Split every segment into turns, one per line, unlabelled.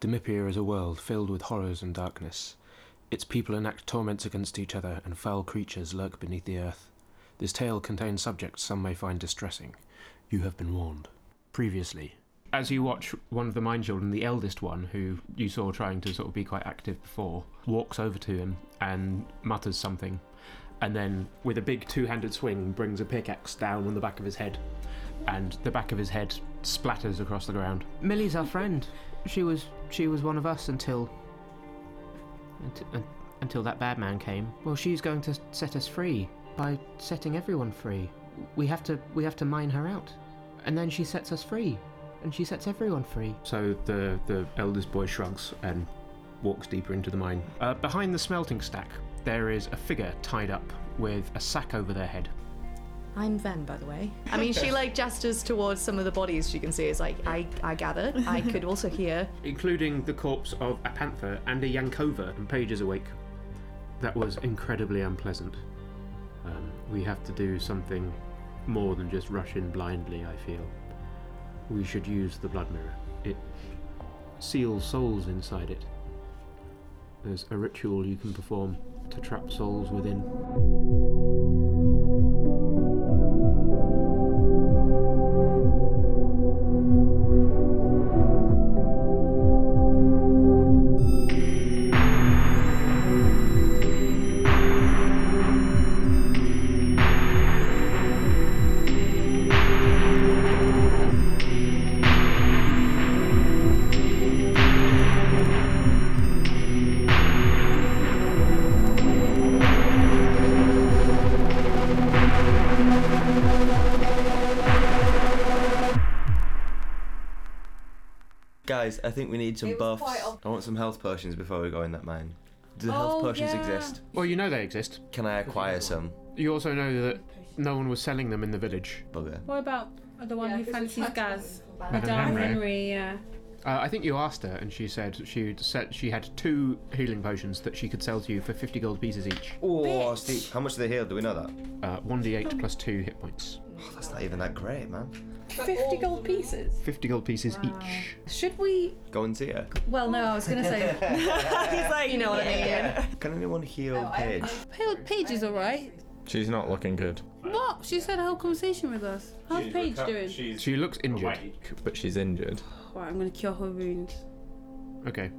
Demipia is a world filled with horrors and darkness. Its people enact torments against each other, and foul creatures lurk beneath the earth. This tale contains subjects some may find distressing. You have been warned. Previously. As you watch one of the mine children, the eldest one, who you saw trying to sort of be quite active before, walks over to him and mutters something, and then, with a big two handed swing, brings a pickaxe down on the back of his head, and the back of his head splatters across the ground.
Millie's our friend. She was she was one of us until unt- un- until that bad man came. Well, she's going to set us free by setting everyone free. We have to we have to mine her out, and then she sets us free, and she sets everyone free.
So the, the eldest boy shrugs and walks deeper into the mine. Uh, behind the smelting stack, there is a figure tied up with a sack over their head.
I'm Ven, by the way. I mean, she like gestures towards some of the bodies she can see. It's like I, I gather. I could also hear.
including the corpse of a panther and a Yankova, and Paige is awake. That was incredibly unpleasant. Um, we have to do something more than just rush in blindly, I feel. We should use the blood mirror. It seals souls inside it. There's a ritual you can perform to trap souls within.
Guys, I think we need some
It was
buffs.
quite ob-
I want some health potions before we go in that mine. Do the
Oh,
health potions
yeah.
exist?
Well, you know they exist.
Can I acquire some?
You also know that no one was selling them in the village.
Bugger.
What about the one who fancies Gaz? Madame
Madame Henry.
Henry, yeah.
Uh, I think you asked her, and she said she said she had two healing potions that she could sell to you for 50 gold pieces each.
Oh, Steve, how much do they heal? Do we know that?
Uh, 1d8 plus 2 hit points.
Oh, that's not even that great, man.
50 gold pieces.
50 gold pieces each.
Should we?
Go and see her.
Well, no, I was going to say.
He's like, you know what I mean.
Can anyone
Oh,
heal Paige?
Pale Paige is alright.
She's not looking good,
What? She's had a whole conversation with us. How's Paige doing?
She looks injured.
but she's injured.
Right, I'm going to cure her wounds.
Okay.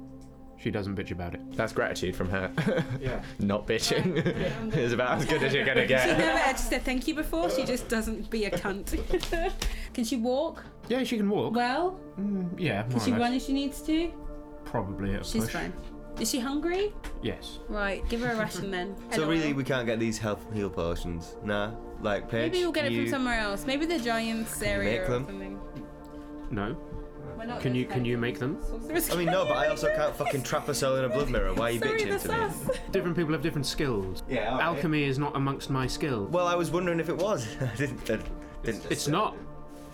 She doesn't bitch about it.
That's gratitude from her. yeah. Not bitching is about as good as you're gonna get.
Never had to say thank you before, she just doesn't be a cunt. Can she walk
Yeah, she can walk.
well?
Mm, yeah, more
Can she
or less.
run if she needs to?
Probably at a
She's
push.
fine. Is she hungry?
Yes.
Right, give her a ration then.
So
Hello.
really, we can't get these health heal potions. Nah, like Paige.
Maybe we'll get it
you-
from somewhere else. Maybe the giants area
make
or
them?
something.
No.
We're not
Can
those
you can
kind
you
of
make them?
sorcerers.
I mean, no, but I also can't fucking trap a soul in a blood mirror. Why are you
Sorry,
bitching
that's
to me?
us.
Different people have different skills.
Yeah, alright.
Alchemy is not amongst my skill.
Well, I was wondering if it was. I didn't. I didn't
It's not.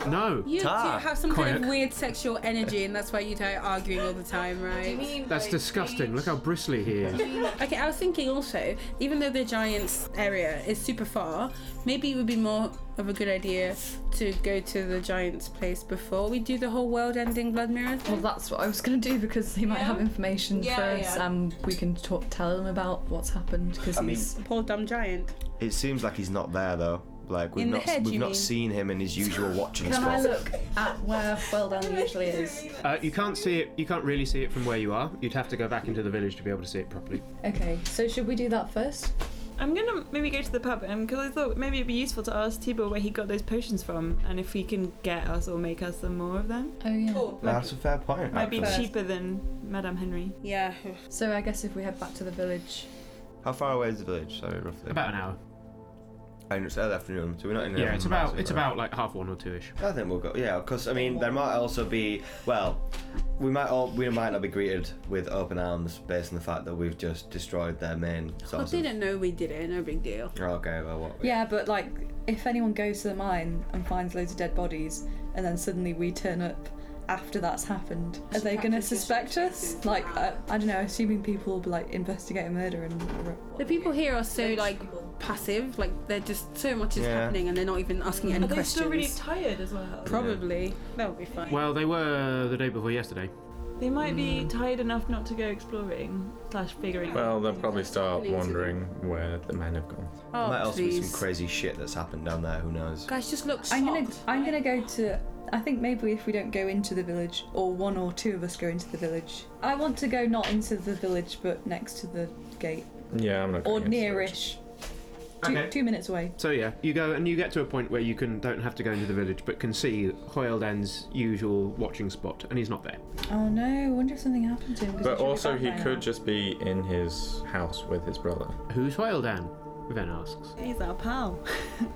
No.
You two
Tar.
have some kind
Quirk.
of weird sexual energy, and that's why you two are arguing all the time, right?
That's disgusting. Look how bristly he is.
Okay, I was thinking also, even though the giants area is super far, maybe it would be more of a good idea to go to the giants place before we do the whole world-ending blood mirror.
Well,
Thing.
that's what I was going to do because they might
Yeah.
have information
Yeah,
for us
yeah.
and we can talk, tell them about what's happened because
I mean-
he's.
Poor dumb giant.
It seems like he's not there though. Like we've
In the
not
head,
we've
you
not
mean?
seen him in his usual watching
Can
spot.
I look at where Well Done usually is?
Uh, you can't see it. You can't really see it from where you are. You'd have to go back into the village to be able to see it properly.
Okay, so should we do that first?
I'm gonna maybe go to the pub because I thought maybe it'd be useful to ask Tibor where he got those potions from and if he can get us or make us some more of them.
Oh, yeah.
That's a fair point.
Might be
actually.
cheaper than Madame Henry.
Yeah.
So I guess if we head back to the village.
How far away is the village? Sorry, roughly. Oh,
About an hour.
And it's early afternoon, so we're not in.
Yeah,
a
it's about
massive
it's
hurry.
about like half one or two ish.
I think we'll go. Yeah, because I mean, there might also be. Well, we might all we might not be greeted with open arms based on the fact that we've just destroyed their main
Well,
source.
they don't know we did it. No big deal.
of- okay, well, what?
Yeah, but like, if anyone goes to the mine and finds loads of dead bodies, and then suddenly we turn up after that's happened, are they gonna suspect us? Like, I, I don't know. Assuming people will be like investigating murder and
The people here are so like passive. Like they're just so much is
Yeah.
happening, and they're not even asking any
Are they
questions.
still really tired as well?
Probably. That'll be fine.
Well, they were the day before yesterday.
They might be tired enough not to go exploring slash figuring.
Hmm. Well,
out
they'll
things.
probably start wondering
where the men have gone.
Oh,
might also be
please.
some crazy shit that's happened down there. Who knows?
Guys, just look
I'm gonna
shocked.
I'm gonna go to I think maybe if we don't go into the village or one or two of us go into the village. I want to go not into the village but next to the gate.
Yeah, I'm not.
Or
going into
nearish. Two,
Okay.
two minutes away.
So yeah, you go and you get to a point where you can don't have to go into the village, but can see Hoyleden's usual watching spot, and he's not there.
Oh no, I wonder if something happened to him. 'cause
But
should be
also,
back
he
by now.
could just be in his house with his brother.
Who's Hoyledan? Ven asks.
He's our pal.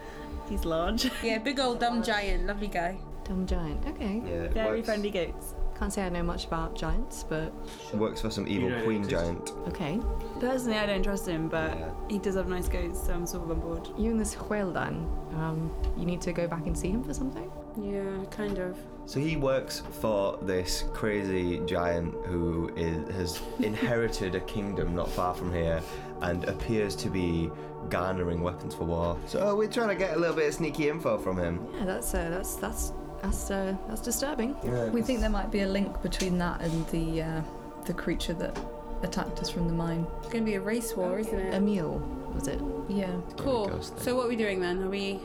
He's large.
Yeah, big old dumb giant, lovely guy.
Dumb giant. Okay.
Yeah, it
Very
works,
friendly goats.
Can't say I know much about giants, but
works for some evil
You know they
queen
exist.
giant.
okay.
Personally, I don't trust him, but
Yeah.
he does have nice goats, so I'm sort of on board.
You and this Hueldan, um, you need to go back and see him for something?
Yeah, kind of.
So he works for this crazy giant who is, has inherited a kingdom not far from here and appears to be garnering weapons for war. So we're trying to get a little bit of sneaky info from him.
Yeah, that's uh, that's that's that's uh, that's disturbing.
Yeah.
We think there might be a link between that and the uh, the creature that attacked us from the mine.
It's gonna be a race war, isn't it?
Emil, was it?
Yeah.
cool.
Ghost thing.
So what are we doing then? Are we?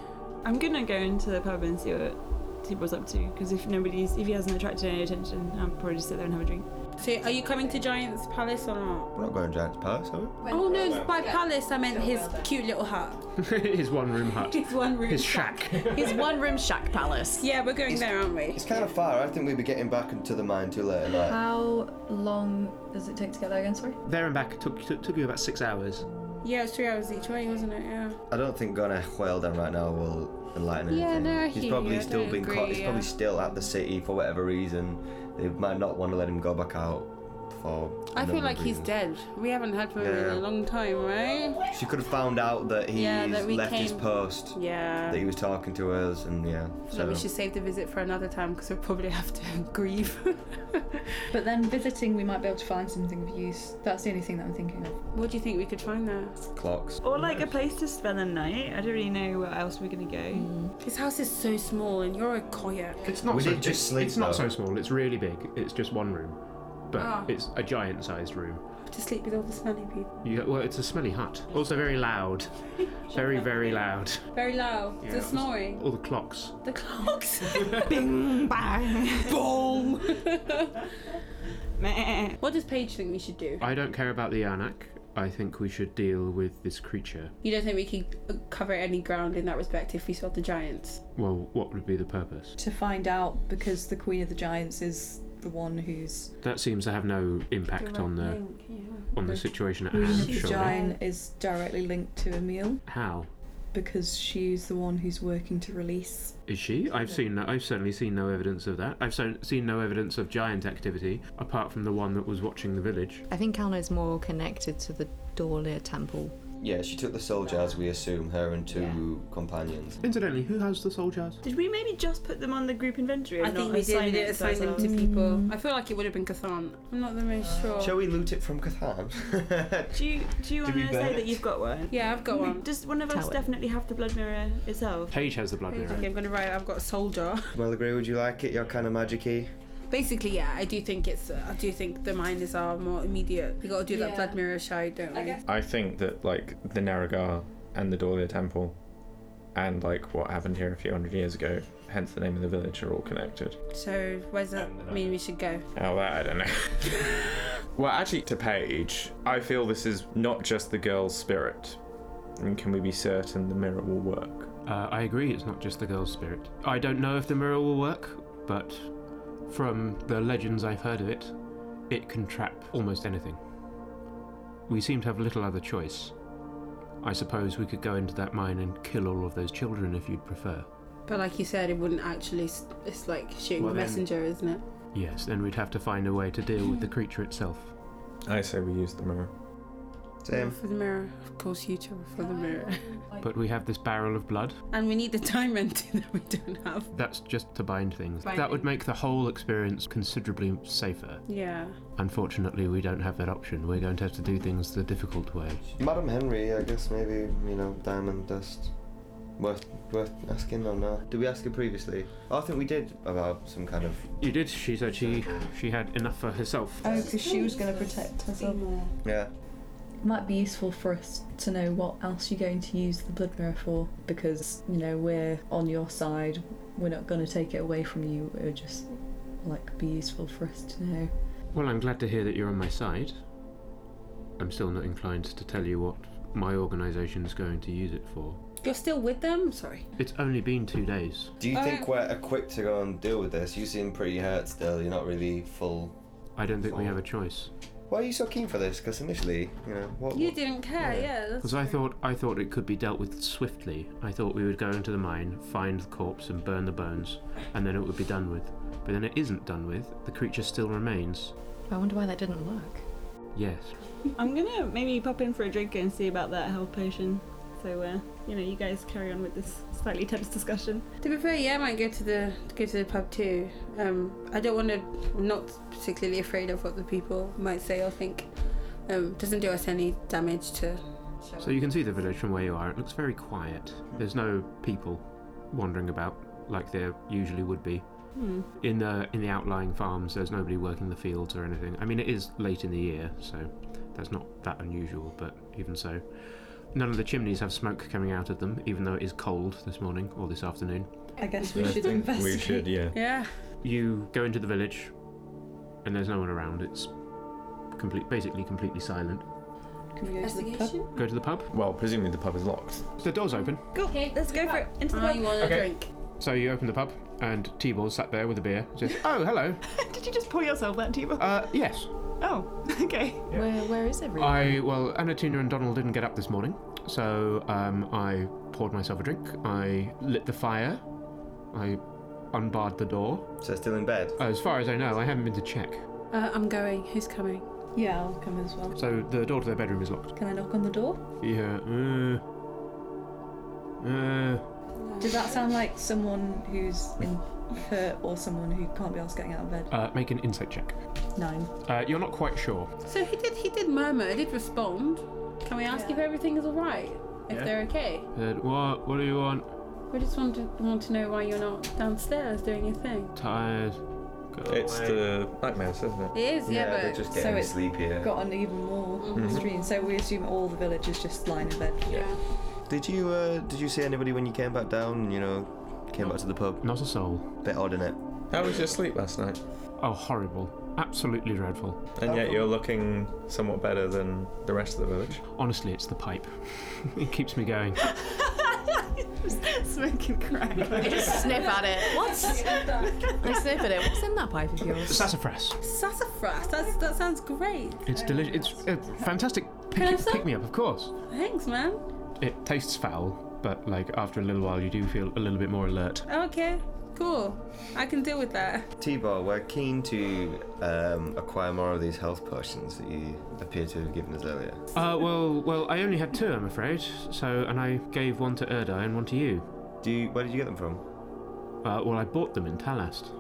I'm gonna go into the pub and see what Tibor's up to, because if nobody's, if he hasn't attracted any attention, I'll probably just sit there and have a drink.
So are you coming to Giant's Palace or not?
We're not going to Giant's Palace, are we?
Oh no, by palace I meant his cute little hut.
his one room hut,
His one room.
his shack.
His one room shack palace.
Yeah, we're going there, aren't we?
It's kind of far. I think we'd be getting back into the mine too late at
Uh,
night.
How long does it take to get there again? Sorry.
there and back took, took took you about six hours.
Yeah, it's three hours each way, wasn't it? Yeah.
I don't think going to Whalden right now will enlighten
Yeah,
anything.
no, I
he's
hear
probably
you. I
still
don't
been caught.
agree,
He's probably
yeah.
still at the city for whatever reason. They might not want to let him go back out for. a
I feel
number
like
of
he's
reasons.
dead. We haven't heard from him in a
Yeah.
long time, right?
She could have found out that he's
Yeah, that we
left his
came-
post,
Yeah.
that he was talking to us, and yeah.
So
So
we should save the visit for another time because we'll probably have to grieve.
But then visiting, we might be able to find something of use. That's the only thing that I'm thinking of.
what do you think we could find there?
clocks.
Or like a place to spend the night. I don't really know where else we're gonna go.
His house is so small, and you're a koyak.
It's not
We
so
did just
it's-
sleep,
It's not
though.
so small. It's really big. It's just one room, but
Ah.
it's a giant-sized room.
To sleep with all the smelly people.
You, well, it's a smelly hut. Also very loud. Very very loud.
Very loud.
Yeah.
The snoring.
All the clocks.
The clocks.
Bing bang.
Boom.
Meh.
what does Paige think we should do?
I don't care about the Anak. I think we should deal with this creature.
You don't think we could uh, cover any ground in that respect if we saw the giants?
Well, what would be the purpose?
To find out, because the Queen of the Giants is the one who's
That seems to have no impact on the on the situation at hand.
the
Surely.
giant is directly linked to Emil
How
because she's the one who's working to release.
is she? I've seen. No, I've certainly seen no evidence of that. I've so, seen no evidence of giant activity apart from the one that was watching the village.
I think Kalna's more connected to the Dorlir temple.
Yeah, she took the soldier, as we assume, her and two companions.
Incidentally, who has the soul jars?
Did we maybe just put them on the group inventory?
I
and
think
not
we did. We
assign
did
it
assign them to
ourselves?
people. I feel like it would have been Kathan. I'm not the most sure.
Shall we loot it from Cathan?
Do you, do
Did
you want
we
to
burn
say that
it?
you've got one?
Yeah, I've got one.
Does one of us
Tell it.
definitely have the blood mirror itself?
Paige has the blood mirror.
Okay, I'm gonna write. I've got a soldier.
Mulligrew, would you like it? You're kind of magic-y.
Basically, yeah, I do think it's. Uh, I do think the mine is our more immediate. We gotta do that
Yeah.
blood mirror shy, don't we?
I think that like the Naragar and the Dorlia Temple, and like what happened here a few hundred years ago, hence the name of the village, are all connected.
So where's that mean we should go?
Oh, that I don't know. well, actually, to Paige, I feel this is not just the girl's spirit. I mean, can we be certain the mirror will work?
Uh, I agree, it's not just the girl's spirit. I don't know if the mirror will work, but from the legends I've heard of it, it can trap almost anything. We seem to have little other choice. I suppose we could go into that mine and kill all of those children if you'd prefer.
But like you said, it wouldn't actually. s- It's like shooting
Well,
the
then-
messenger, isn't it?
Yes, then we'd have to find a way to deal with the creature itself.
I say we use the mirror.
Same.
For the mirror, of course, you two are for
Oh,
the mirror.
But we have this barrel of blood.
And we need the diamond that we don't have.
That's just to bind things.
Bind
that would
things.
make the whole experience considerably safer.
Yeah.
Unfortunately, we don't have that option. We're going to have to do things the difficult way.
Madam Henry, I guess maybe you know diamond dust. Worth worth asking or not? Did we ask her previously? Oh, I think we did about some kind of.
You did. She said she she had enough for herself.
Oh, because she was going to protect herself.
Yeah.
Might be useful for us to know what else you're going to use the blood mirror for, because you know we're on your side. We're not going to take it away from you. It would just like be useful for us to know.
Well, I'm glad to hear that you're on my side. I'm still not inclined to tell you what my organisation is going to use it for.
You're still with them? Sorry.
It's only been two days.
Do you
Oh.
think we're equipped to go and deal with this? You seem pretty hurt still. You're not really full.
I don't think we
Oh.
have a choice.
Why are you so keen for this? Because initially, you know,
Oh,
what?
You
what-
didn't care,
Yeah.
yeah. that's
Because I
true.
thought I thought it could be dealt with swiftly. I thought we would go into the mine, find the corpse, and burn the bones, and then it would be done with. But then it isn't done with. The creature still remains.
I wonder why that didn't work.
Yes.
I'm gonna maybe pop in for a drink and see about that health potion. So, uh, you know, you guys carry on with this slightly tense discussion.
To be fair, yeah, I might go to the go to the pub too. Um, I don't want to. I'm not particularly afraid of what the people might say or think. Um, doesn't do us any damage to.
So you can see the village from where you are. It looks very quiet. There's no people wandering about like there usually would be.
Hmm.
In the in the outlying farms, there's nobody working the fields or anything. I mean, it is late in the year, so that's not that unusual. But even so, none of the chimneys have smoke coming out of them, even though it is cold this morning or this afternoon.
I guess we
I
should
think
investigate.
We should, yeah.
Yeah.
You go into the village, and there's no one around. It's complete, basically completely silent.
Can we go to the pub?
Go to the pub.
Well, presumably the pub is locked.
The door's open,
Cool.
Okay,
Let's go for it. Into the
Oh, you
pub.
want a
Okay.
drink?
so you open the pub, and Tibor sat there with a beer. Says, "Oh, hello.
Did you just pour yourself that tea? bottle?
Uh, yes."
oh, okay.
Yeah.
Where where is everyone?
I well, Anatina and Donald didn't get up this morning, so um, I poured myself a drink. I lit the fire. I unbarred the door.
So still in bed.
As far as I know, I haven't been to check.
Uh, I'm going. Who's coming?
Yeah, I'll come as well.
So the door to their bedroom is locked.
Can I knock on the door?
Yeah. Uh, uh,
Does that sound like someone who's in hurt or someone who can't be asked getting out of bed?
uh, make an insight check.
Nine.
Uh, you're not quite sure.
So he did. He did murmur. I did respond. Can we ask if everything is all right? If
Yeah.
they're okay?
Said, Uh, what? What do you want?
We just want to want to know why you're not downstairs doing your thing.
Tired. Go
It's
away."
the nightmares, isn't it?
It is, yeah,
they're
but
just
so
getting
it's
sleepier.
Got an even more
Mm-hmm.
Mhm.
extreme. So we assume all the village is just lying in bed.
yeah.
Did you uh, did you see anybody when you came back down? You know, came back to the pub.
Not a soul.
Bit odd, innit?
How was your sleep last night?
Oh, horrible. Absolutely dreadful.
And yet you're looking somewhat better than the rest of the village.
Honestly, it's the pipe. it keeps me going.
Smoking crack.
I just sniff at it. What? I sniff at it. What's in that pipe of yours?
Sassafras.
Sassafras. That's, that sounds great.
It's delicious. It's a fantastic
Can I
pick,
have some?
pick me up, of course.
Thanks, man.
It tastes foul, but like after a little while, you do feel a little bit more alert.
Okay, cool. I can deal with that.
T-Bar, we're keen to um, acquire more of these health potions that you appear to have given us earlier.
Uh, well, well, I only had two, I'm afraid. So, and I gave one to Erda and one to you.
Do you, where did you get them from?
Uh, well, I bought them in Talast.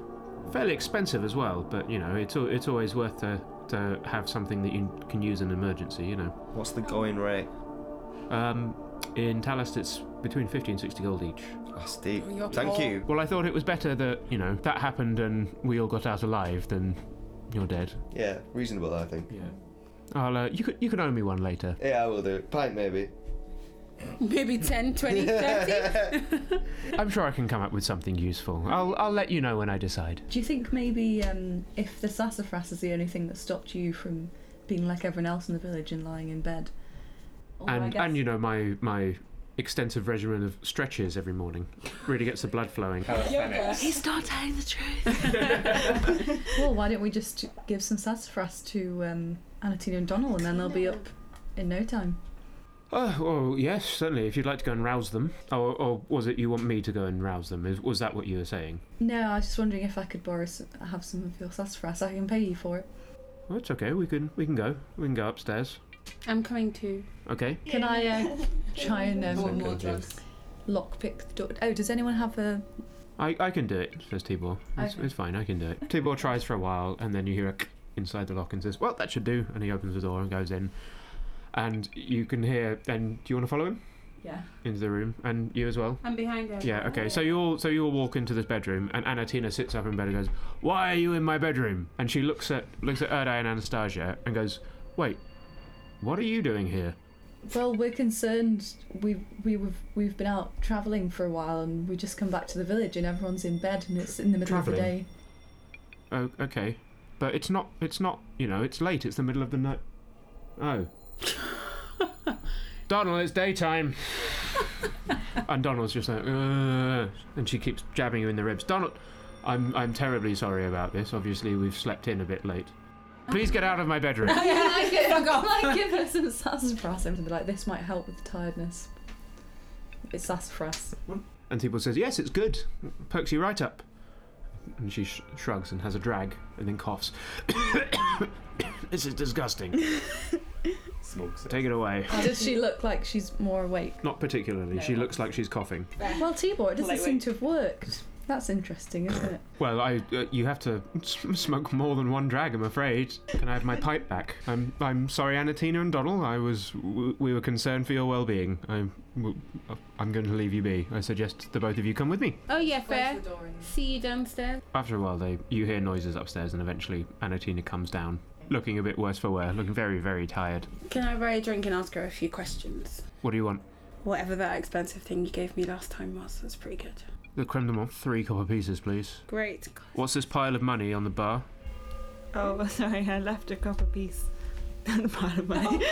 Fairly expensive as well, but you know, it's al- it's always worth to to have something that you can use in emergency. You know,
What's the going rate?
um, in Talast it's between 50 and 60 gold each.
Oh, Steve.
Oh, you're
Thank
poor.
you.
Well, I thought it was better that you know that happened and we all got out alive than you're dead.
Yeah, reasonable, I think.
Yeah. I'll, uh, you could you could owe me one later.
Yeah, I will do. Pint, maybe.
Maybe 10, 20, 30.
I'm sure I can come up with something useful. I'll I'll let you know when I decide.
Do you think maybe um, if the sassafras is the only thing that stopped you from being like everyone else in the village and lying in bed? Although I
and
guess-
and you know my my extensive regimen of stretches every morning really gets the blood flowing.
He's not telling the truth.
well, why don't we just give some sassafras to um, Anatina and Donald, and then they'll be up in no time.
Oh well, yes, certainly. If you'd like to go and rouse them, or, or was it you want me to go and rouse them? Is, was that what you were saying?
No, I was just wondering if I could borrow some, have some of your sassafras. I can pay you for it.
Well, it's okay. We can we can go. We can go upstairs.
I'm coming too.
Okay.
Can I uh, try and um,
more drugs.
lockpick the door? Oh, does anyone have a?
I, I can do it, says Tibor. It's,
Okay.
it's fine, I can do it. Tibor tries for a while, and then you hear a inside the lock and says, Well, that should do. And he opens the door and goes in. And you can hear, then, do you want to follow him?
Yeah.
into the room, and you as well.
I'm behind her.
Yeah. Okay. So you all so you all walk into this bedroom, and Anatina sits up in bed and goes, "Why are you in my bedroom?" And she looks at looks at Erdai and Anastasia and goes, "Wait, what are you doing here?"
Well, we're concerned. We we we've, we've been out travelling for a while, and we just come back to the village, and everyone's in bed, and it's in the middle of the
Travelling?
day.
Oh, okay. But it's not. It's not. You know, it's late. It's the middle of the night. Oh. Donald, it's daytime. and Donald's just like, "Ugh," and she keeps jabbing you in the ribs. Donald, I'm I'm terribly sorry about this. Obviously, we've slept in a bit late. Please get out of my bedroom.
I give, like, give her some sassafras and be like, this might help with the tiredness. It's sassafras.
And Tibble says, Yes, it's good. Perks you right up. And she sh- shrugs and has a drag and then coughs. this is disgusting.
Smokes it.
Take it away.
Does she look like she's more awake?
Not particularly.
No.
she looks like she's coughing.
Well, Tibor, it doesn't
Lightweight.
seem to have worked. That's interesting, isn't it?
Well, I, uh, you have to s- smoke more than one drag, I'm afraid. Can I have my pipe back? I'm, I'm sorry, Anatina and Donald. I was, w- we were concerned for your well-being. I'm, w- I'm going to leave you be. I suggest the both of you come with me.
Oh yeah, fair.
Close the door and-
See you downstairs.
After a while, they you hear noises upstairs, and eventually Anatina comes down, looking a bit worse for wear, looking very, very tired.
Can I buy a drink and ask her a few questions?
What do you want?
Whatever that expensive thing you gave me last time was, that's pretty good.
The creme de menthe, three copper pieces, please.
Great.
What's this pile of money on the bar?
Oh, sorry, I left a copper piece on the pile of money.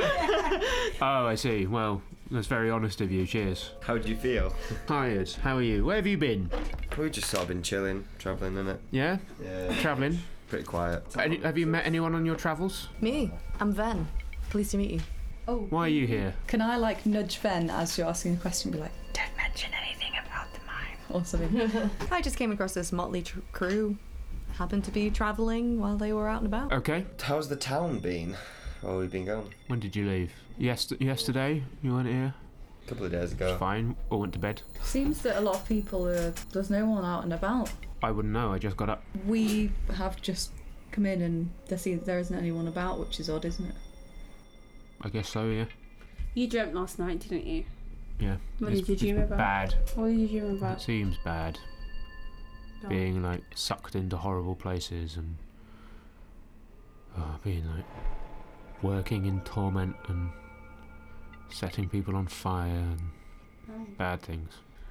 Oh, I see. Well, that's very honest of you. Cheers.
How do you feel?
Tired. How are you? Where have you been?
We've just sort of been chilling, travelling, innit?
Yeah,
Yeah.
traveling.
Pretty quiet.
Any, have you met anyone on your travels?
Me, I'm Ven. Pleased to meet you.
Oh.
Why are you here?
Can I, like, nudge Ben as you're asking a question be like,
Don't mention anything about the mine.
or something?
I just came across this motley tr- crew. Happened to be traveling while they were out and about.
Okay.
How's the town been? Where have we been going?
When did you leave? Yes, yesterday. You weren't here.
A couple of days
It's
ago.
fine. Or went to bed.
Seems that a lot of people are. There's no one out and about.
I wouldn't know. I just got up.
We have just come in
Um,
and there, see, there isn't anyone about, which is odd, isn't it?
I guess so. Yeah.
You dreamt last night, didn't you?
Yeah.
What
It's-
did you dream
it's
about?
Bad.
What did you dream
It
about?
seems bad.
Oh.
No.
Being like sucked into horrible places and oh, being like working in torment and setting people on fire and bad things.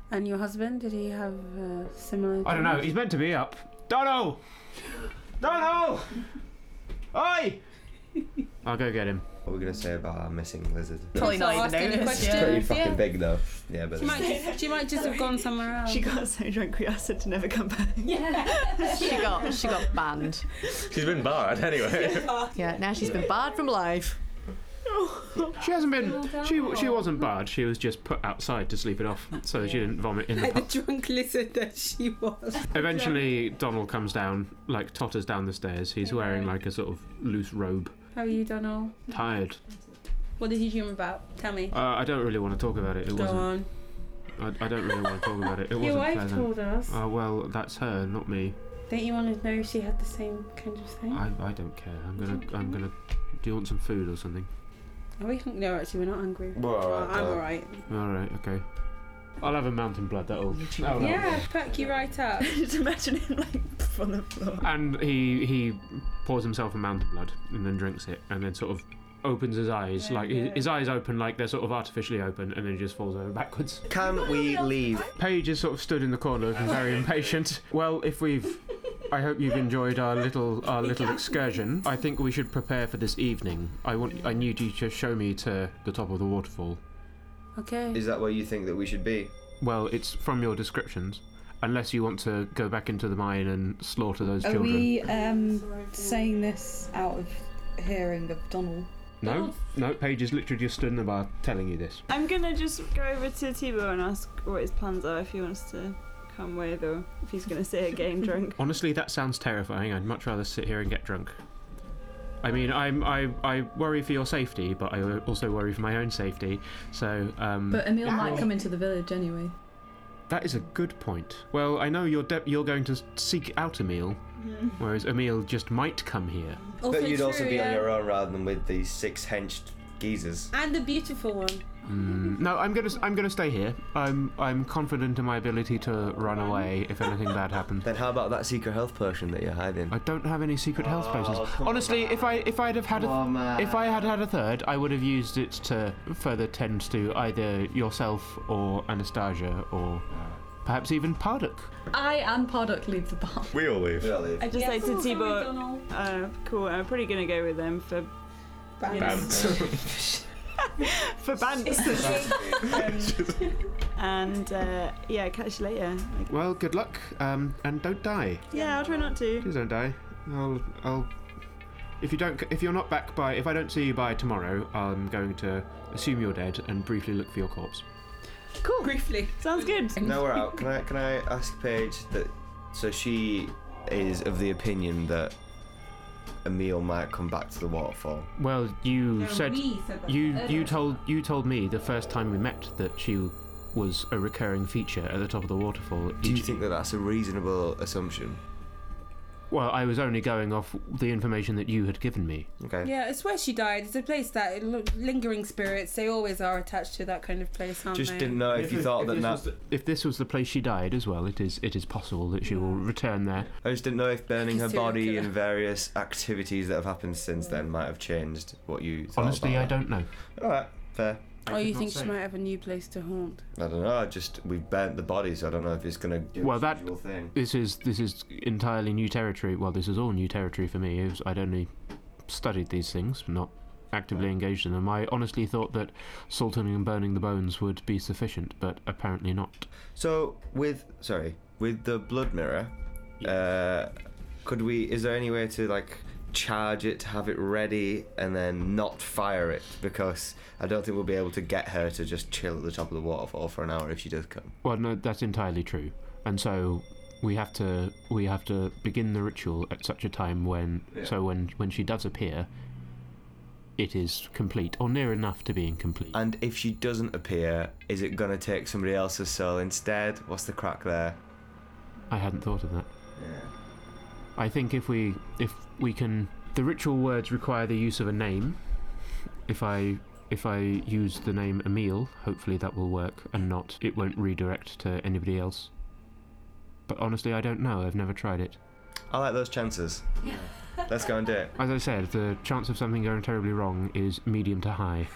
And your husband? Did he have uh, similar?
I don't know. He's meant to be up. Donald! Donald! Oi! I'll go get him.
What are we going to say about our missing lizard?
Probably not even
asking a
noticed.
question.
It's
Yeah.
pretty
Yeah.
fucking big though. Yeah, but
She might, just, she might just have gone somewhere else.
she got so drunk we asked her to never come back.
She got she got banned.
She's been barred anyway.
Yeah, now she's been barred from life.
She hasn't been. She she wasn't barred. She was just put outside to sleep it off, so that she didn't vomit in the
like the
pub.
drunk lizard that she was.
Eventually, Donald comes down, like totters down the stairs. He's wearing like a sort of loose robe.
How are you, Donald?
Tired.
What did you dream about? Tell me.
Uh, I don't really want to talk about it. It
Go
wasn't.
on.
I, I don't really want to talk about it. It
Your
wasn't
wife
pleasant.
told us.
Uh, well, that's her, not me.
Don't you want to know if she had the same kind of thing?
I, I don't care. I'm gonna I'm gonna. Do you want some food or something?
Are we hungry? No, actually, we're not hungry.
We're alright,
Oh, I'm
though.
alright.
All right. Okay. I'll have a mountain blood. That'll. that'll help.
yeah, perk you right up.
just imagine him like on the floor.
And he he pours himself a mountain blood and then drinks it and then sort of opens his eyes like his, his eyes open like they're sort of artificially open and then he just falls over backwards.
Can we leave?
Paige is sort of stood in the corner looking very impatient. Well, if we've I hope you've enjoyed our little our little excursion. I think we should prepare for this evening. I want I need you to show me to the top of the waterfall.
Okay.
Is that where you think that we should be?
Well, it's from your descriptions. Unless you want to go back into the mine and slaughter those
Are
children.
we um, saying this out of hearing of Donald?
Mm.
No, no, Paige is literally just stood in the bar telling you this.
I'm gonna just go over to Tibor and ask what his plans are if he wants to come with or if he's gonna stay again drunk.
Honestly, that sounds terrifying. I'd much rather sit here and get drunk. I mean, I'm, I, I worry for your safety, but I also worry for my own safety. So, um,
But Emil might
Yeah.
come into the village anyway.
that is a good point. Well, I know you're de- you're going to seek out Emil, whereas Emil just might come here.
Also
but you'd also
true,
be on
yeah.
your own rather than with these six henched geezers.
And the beautiful one.
Mm, no, I'm gonna s- I'm gonna stay here. I'm I'm confident in my ability to run away if anything bad happens.
Then how about that secret health potion that you're hiding?
I don't have any secret health potions. Honestly, if I if I'd have had a
Oh, Come on,
if I had had a third, I would have used it to further tend to either yourself or Anastasia or perhaps even Parduk.
I and Parduk leave the bar.
We all leave.
Really?
I just like to Tibor. Uh, cool. I'm pretty gonna go with them for
Bam.
for bands. and uh, yeah, catch you later. Like,
Well, good luck, um, and don't die.
yeah, I'll try not to.
Please don't die. I'll I'll. If you don't, if you're not back by, if I don't see you by tomorrow, I'm going to assume you're dead and briefly look for your corpse.
Cool.
Briefly.
Sounds good.
Now we're out. Can I can I ask Paige that? So she is of the opinion that Emil might come back to the waterfall.
Well, you
No,
said
we said that.
you
Uh,
you told you told me the first time we met that she was a recurring feature at the top of the waterfall.
Do you
each-
think that that's a reasonable assumption?
Well, I was only going off the information that you had given me.
Okay.
Yeah, it's where she died. It's a place that l- lingering spirits, they always are attached to that kind of place, aren't
Just
they?
didn't know if you thought that that.
If this was the place she died as well, it is it is possible that she will return there.
I just didn't know if burning her
Serial
body
killer.
and various activities that have happened since then might have changed what you. Thought
Honestly,
about
I don't know.
don't. All right, fair.
Or Oh, you think she might have a new place to haunt?
I don't know. I just we've burnt the body, so I don't know if it's gonna do
Well,
its
that-
usual thing.
This is this is entirely new territory. Well, this is all new territory for me. It was- I'd only studied these things, not actively engaged in them. I honestly thought that salting and burning the bones would be sufficient, but apparently not.
So with sorry, with the blood mirror, uh, could we? Is there any way to like charge it, have it ready, and then not fire it? Because I don't think we'll be able to get her to just chill at the top of the waterfall for an hour if she does come.
Well, no, that's entirely true. And so we have to we have to begin the ritual at such a time when
Yeah.
so when when she does appear, it is complete or near enough to being complete.
And if she doesn't appear, is it gonna take somebody else's soul instead? What's the crack there?
I hadn't thought of that.
Yeah.
I think if we if we can the ritual words require the use of a name. If I if I use the name Emil, hopefully that will work and not it won't redirect to anybody else. But honestly, I don't know. I've never tried it.
I like those chances. Let's go and do it.
As I said, the chance of something going terribly wrong is medium to high.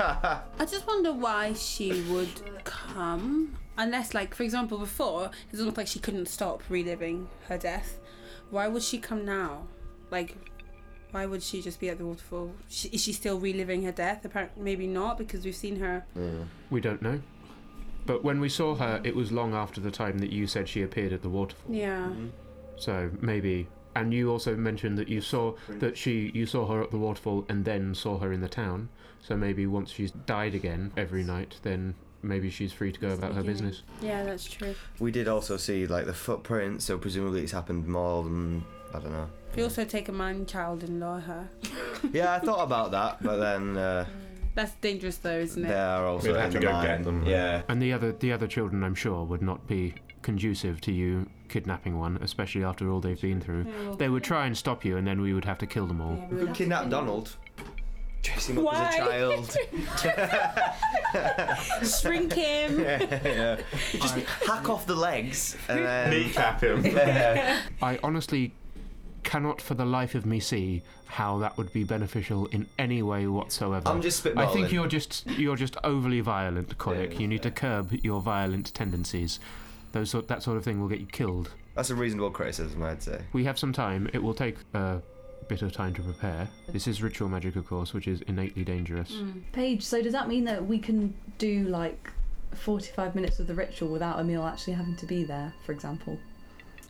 I just wonder why she would come. Unless, like, for example, before, it doesn't look like she couldn't stop reliving her death. Why would she come now? Like, why would she just be at the waterfall? She, is she still reliving her death? Apparently, maybe not, because we've seen her.
We don't know. But when we saw her, it was long after the time that you said she appeared at the waterfall.
Yeah.
So maybe. And you also mentioned that you saw that she you saw her at the waterfall and then saw her in the town. So maybe once she's died again every night, then maybe she's free to go about her business.
Yeah, that's true.
we did also see like the footprints, so presumably it's happened more than I don't know.
We also take a man child and law her.
Yeah, I thought about that, but then uh,
That's dangerous, though, isn't it?
they are also
We'd have
in
to
the
go
mine.
get them.
Yeah.
And the other the other children I'm sure would not be conducive to you kidnapping one, especially after all they've been through. They would try and stop you and then we would have to kill them all.
We could kidnap Donald. Dress him up as
Why?
a child.
Shrink him.
yeah. Just hack off the legs and then.
Kneecap him.
I honestly cannot for the life of me see how that would be beneficial in any way whatsoever.
I'm just spitballing.
I think you're just you're just overly violent, Koyak.
Yeah,
you need to curb your violent tendencies. Those sort, that sort of thing will get you killed.
That's a reasonable criticism, I'd say.
We have some time. It will take a bit of time to prepare. This is ritual magic, of course, which is innately dangerous.
Paige, so does that mean that we can do like 45 minutes of the ritual without Emil actually having to be there, for example?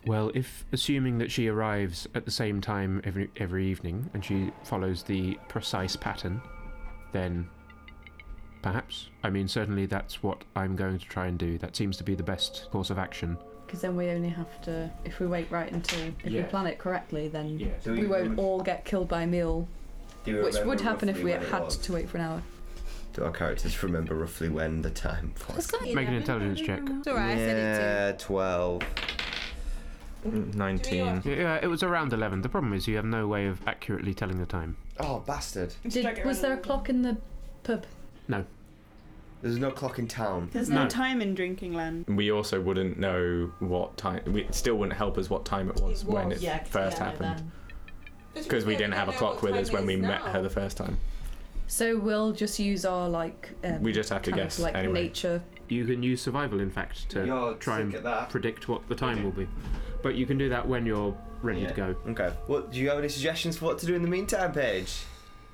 Well, if assuming that she arrives at the same time every every evening and she follows the precise pattern, then perhaps. I mean, certainly that's what I'm going to try and do. That seems to be the best course of action.
Because then we only have to, if we wait right until, if
Yeah.
we plan it correctly, then
Yes.
we won't all get killed by Emil, which would happen if we had to wait for an hour.
Do our characters remember roughly when the time was?
Make an intelligence check.
It's alright, I said it
yeah, twelve.
too.
Mm, Nineteen.
Yeah, it was around 11. The problem is you have no way of accurately telling the time.
Oh, bastard.
Drag
Did,
it
was
around
there
a
a
little
clock in the pub?
There's no clock in town.
There's no,
No.
time in drinking land.
We also wouldn't know what time. We, it still wouldn't help us what time it was, when it first happened because we didn't have a clock with us when we met her the first time.
So we'll just use our like. Um,
We just have to
kind of,
guess
like
anyway.
nature.
You can use survival, in fact, to
You're
try
sick
and
at that.
predict what the time will be. But you can do that when you're ready
Yeah.
to go.
Okay. What do you have any suggestions for what to do in the meantime, Paige?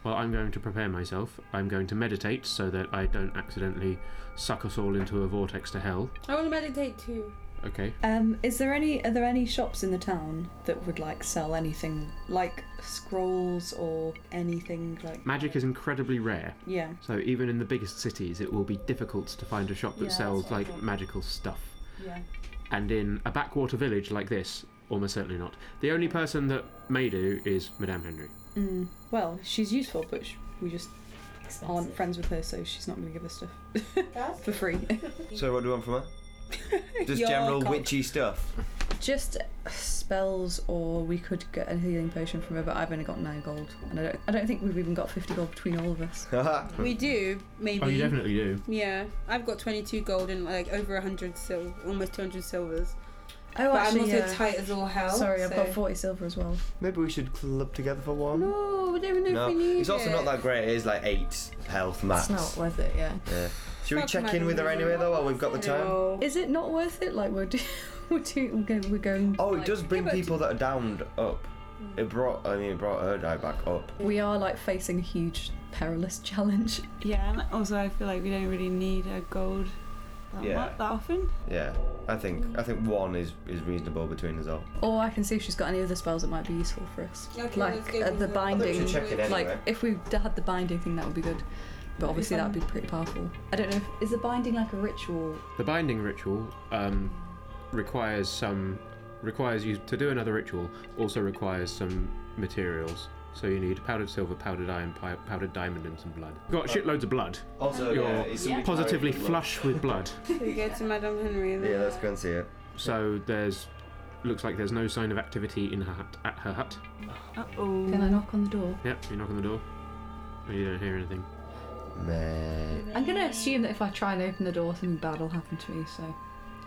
Well, I'm going to prepare myself. I'm going to meditate so that I don't accidentally suck us all into a vortex to hell.
I want to meditate too.
Okay.
Um, is there any are there any shops in the town that would like sell anything like scrolls or anything like
Magic is incredibly rare,
yeah.
so even in the biggest cities, it will be difficult to find a shop that
Yeah, that's
sells
what I
like
thought.
magical stuff.
Yeah.
And in a backwater village like this, almost certainly not. The only person that may do is Madame Henry.
Mm. Well, she's useful, but sh- we just aren't friends with her, so she's not going to give us stuff for free.
So what do you want from her? Just
Your
general
cock.
witchy stuff.
Just spells, or we could get a healing potion from her. But I've only got nine gold, and I don't. I don't think we've even got fifty gold between all of us.
Haha.
We do, maybe.
Oh, you definitely do.
Yeah, I've got 22 gold and like over 100 silver, almost 200 silvers.
Oh,
but
actually,
I'm also
yeah.
tight as all hell.
Sorry, I've got
so-
forty silver as well.
Maybe we should club together for one.
No, we don't know
No,
if we need
it's also
it.
not that great. It is like eight health max.
It's not worth it. Yeah.
Yeah. Should we
Fuck
check
my
in with her
money.
anyway though while we've got the time?
No.
Is it not worth it? Like we're do- we're, do- we're going. We're going
Oh, it
like-
does bring
Yeah, but-
people that are downed up.
Mm.
It brought, I mean, it brought her die back up.
We are like facing a huge perilous challenge.
Yeah, and also I feel like we don't really need a gold that,
Yeah.
much, that often.
Yeah, I think I think one is is reasonable between us all.
Or I can see if she's got any other spells that might be useful for us.
Okay, let's
like
go
uh,
with
the
the-
I think we
binding.
should check it
Like
anyway.
if we d- had the binding thing, that would be good. But obviously, that would be pretty powerful. I don't know. If, is the binding like a ritual?
The binding ritual um, requires some requires you to do another ritual. Also requires some materials. So you need powdered silver, powdered iron, pi- powdered diamond, and some blood. Got shitloads of blood.
also,
You're
Oh, yeah, it's somebody
Positively
carrying
flush with blood.
We go to Madame Henry.
blood.
then.
Yeah, let's go and see it.
So there's looks like there's no sign of activity in her hut, at her hut.
Uh oh.
Can I knock on the door?
Yep, you knock on the door. and you don't hear anything.
Meh.
I'm gonna assume that if I try and open the door, something bad will happen to me. So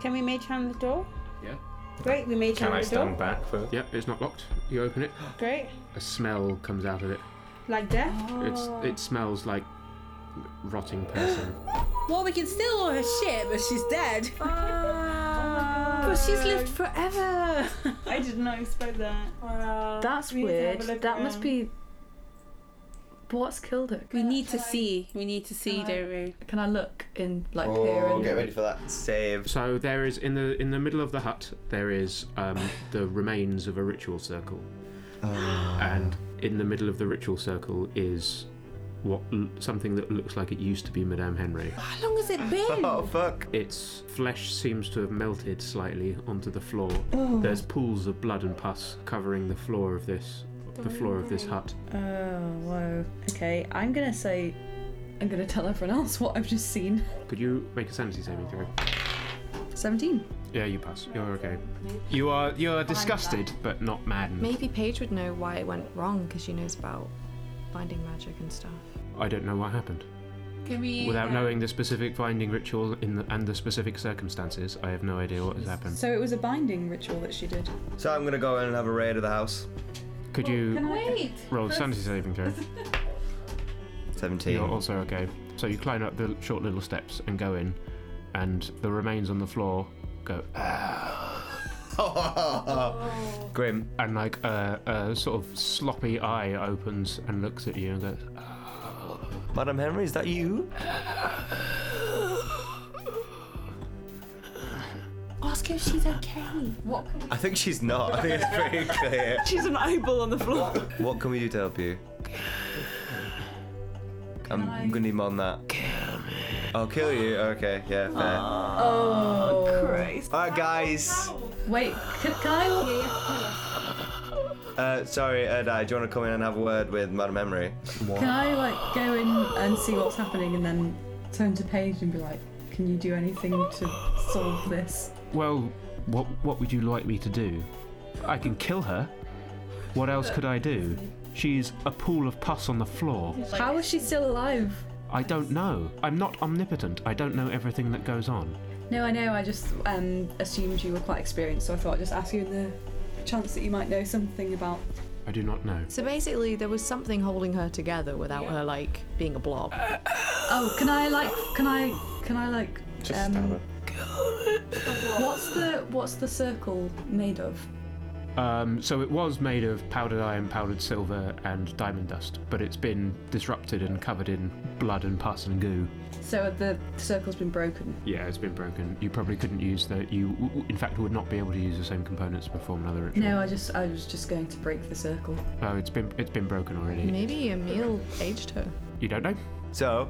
Can we mage hand the door?
Yeah.
Great, we mage
Can
hand
I
the door.
stand back first?
Yep, it's not locked. You open it.
Great.
A smell comes out of it.
Like death.
It's it smells like rotting person.
Well, we can steal all her shit, but she's dead.
Oh,
but she's lived forever.
I did not expect that.
that's
we need to have
weird.
a look
That must
around.
be. What's killed her?
We need to see. We need to see, don't we?
Can I look in like peer
Oh,
and
get ready for that save.
So there is in the in the middle of the hut there is um, the remains of a ritual circle, and in the middle of the ritual circle is what l- something that looks like it used to be Madame Henry.
How long has it been?
Oh fuck!
Its flesh seems to have melted slightly onto the floor.
Oh.
There's pools of blood and pus covering the floor of this the floor of this hut.
Oh, whoa. Okay, I'm gonna say. I'm gonna tell everyone else what I've just seen.
Could you make a sanity saving throw?
17.
Yeah, you pass. You're okay. You are you are disgusted but not maddened.
Maybe Paige would know why it went wrong because she knows about binding magic and stuff.
I don't know what happened.
Can we?
Without knowing the specific binding ritual in the, and the specific circumstances, I have no idea what has happened.
So it was a binding ritual that she did.
So I'm gonna go in and have a raid of the house.
Could you
Wait.
roll a sanity saving throw?
Seventeen.
You're also okay. So you climb up the short little steps and go in, and the remains on the floor go
Grim.
and like a, a sort of sloppy eye opens and looks at you and goes,
Madam Henry, is that you?
Ask her if she's okay.
I think she's not. I think it's pretty clear.
She's an eyeball on the floor.
What can we do to help you? I'm gonna need more than that. Kill me. I'll kill you. Okay, yeah, fair.
Oh, Christ.
Alright, guys.
Wait, can, can I?
Uh, sorry, Erdai, do you want to come in and have a word with Madam Emery?
Can I like go in and see what's happening and then turn to Paige and be like, "Can you do anything to solve this?"
"Well, what what would you like me to do?" I can kill her. What else could I do? She's a pool of pus on the floor.
How is she still alive?
I don't know. I'm not omnipotent. I don't know everything that goes on.
No, I know. I just um, assumed you were quite experienced, so I thought I'd just ask you in the chance that you might know something about.
I do not know.
So basically, there was something holding her together without her like being a blob.
Oh, can I like? Can I? Can I like?
Just stab her.
What's the What's the circle made of?
Um, so it was made of powdered iron, powdered silver, and diamond dust, but it's been disrupted and covered in blood and pus and goo.
So the circle's been broken.
Yeah, it's been broken. You probably couldn't use the. You, w- w- in fact, would not be able to use the same components to perform another ritual.
No, I just I was just going to break the circle.
Oh, it's been it's been broken already.
Maybe Emil aged her.
You don't know.
So,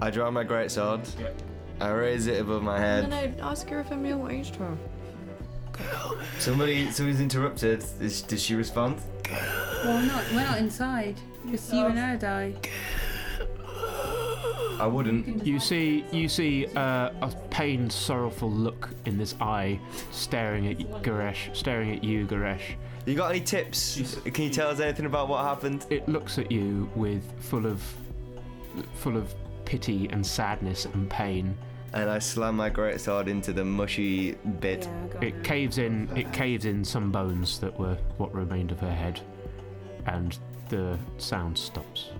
I draw my greatsword. I raise it above my
And
head.
then I ask her if Emil aged her.
Somebody, somebody's interrupted. Is, does she respond?
Well, we're not, we're not inside. Just you and I die.
I wouldn't.
You see, you see uh, a pained, sorrowful look in this eye, staring at Goresh, staring at you, Goresh.
You got any tips? Can you tell us anything about what happened?
It looks at you with full of, full of pity and sadness and pain.
And I slam my greatsword into the mushy bit.
Yeah, go
It
on.
caves in. It caves in some bones that were what remained of her head, and the sound stops.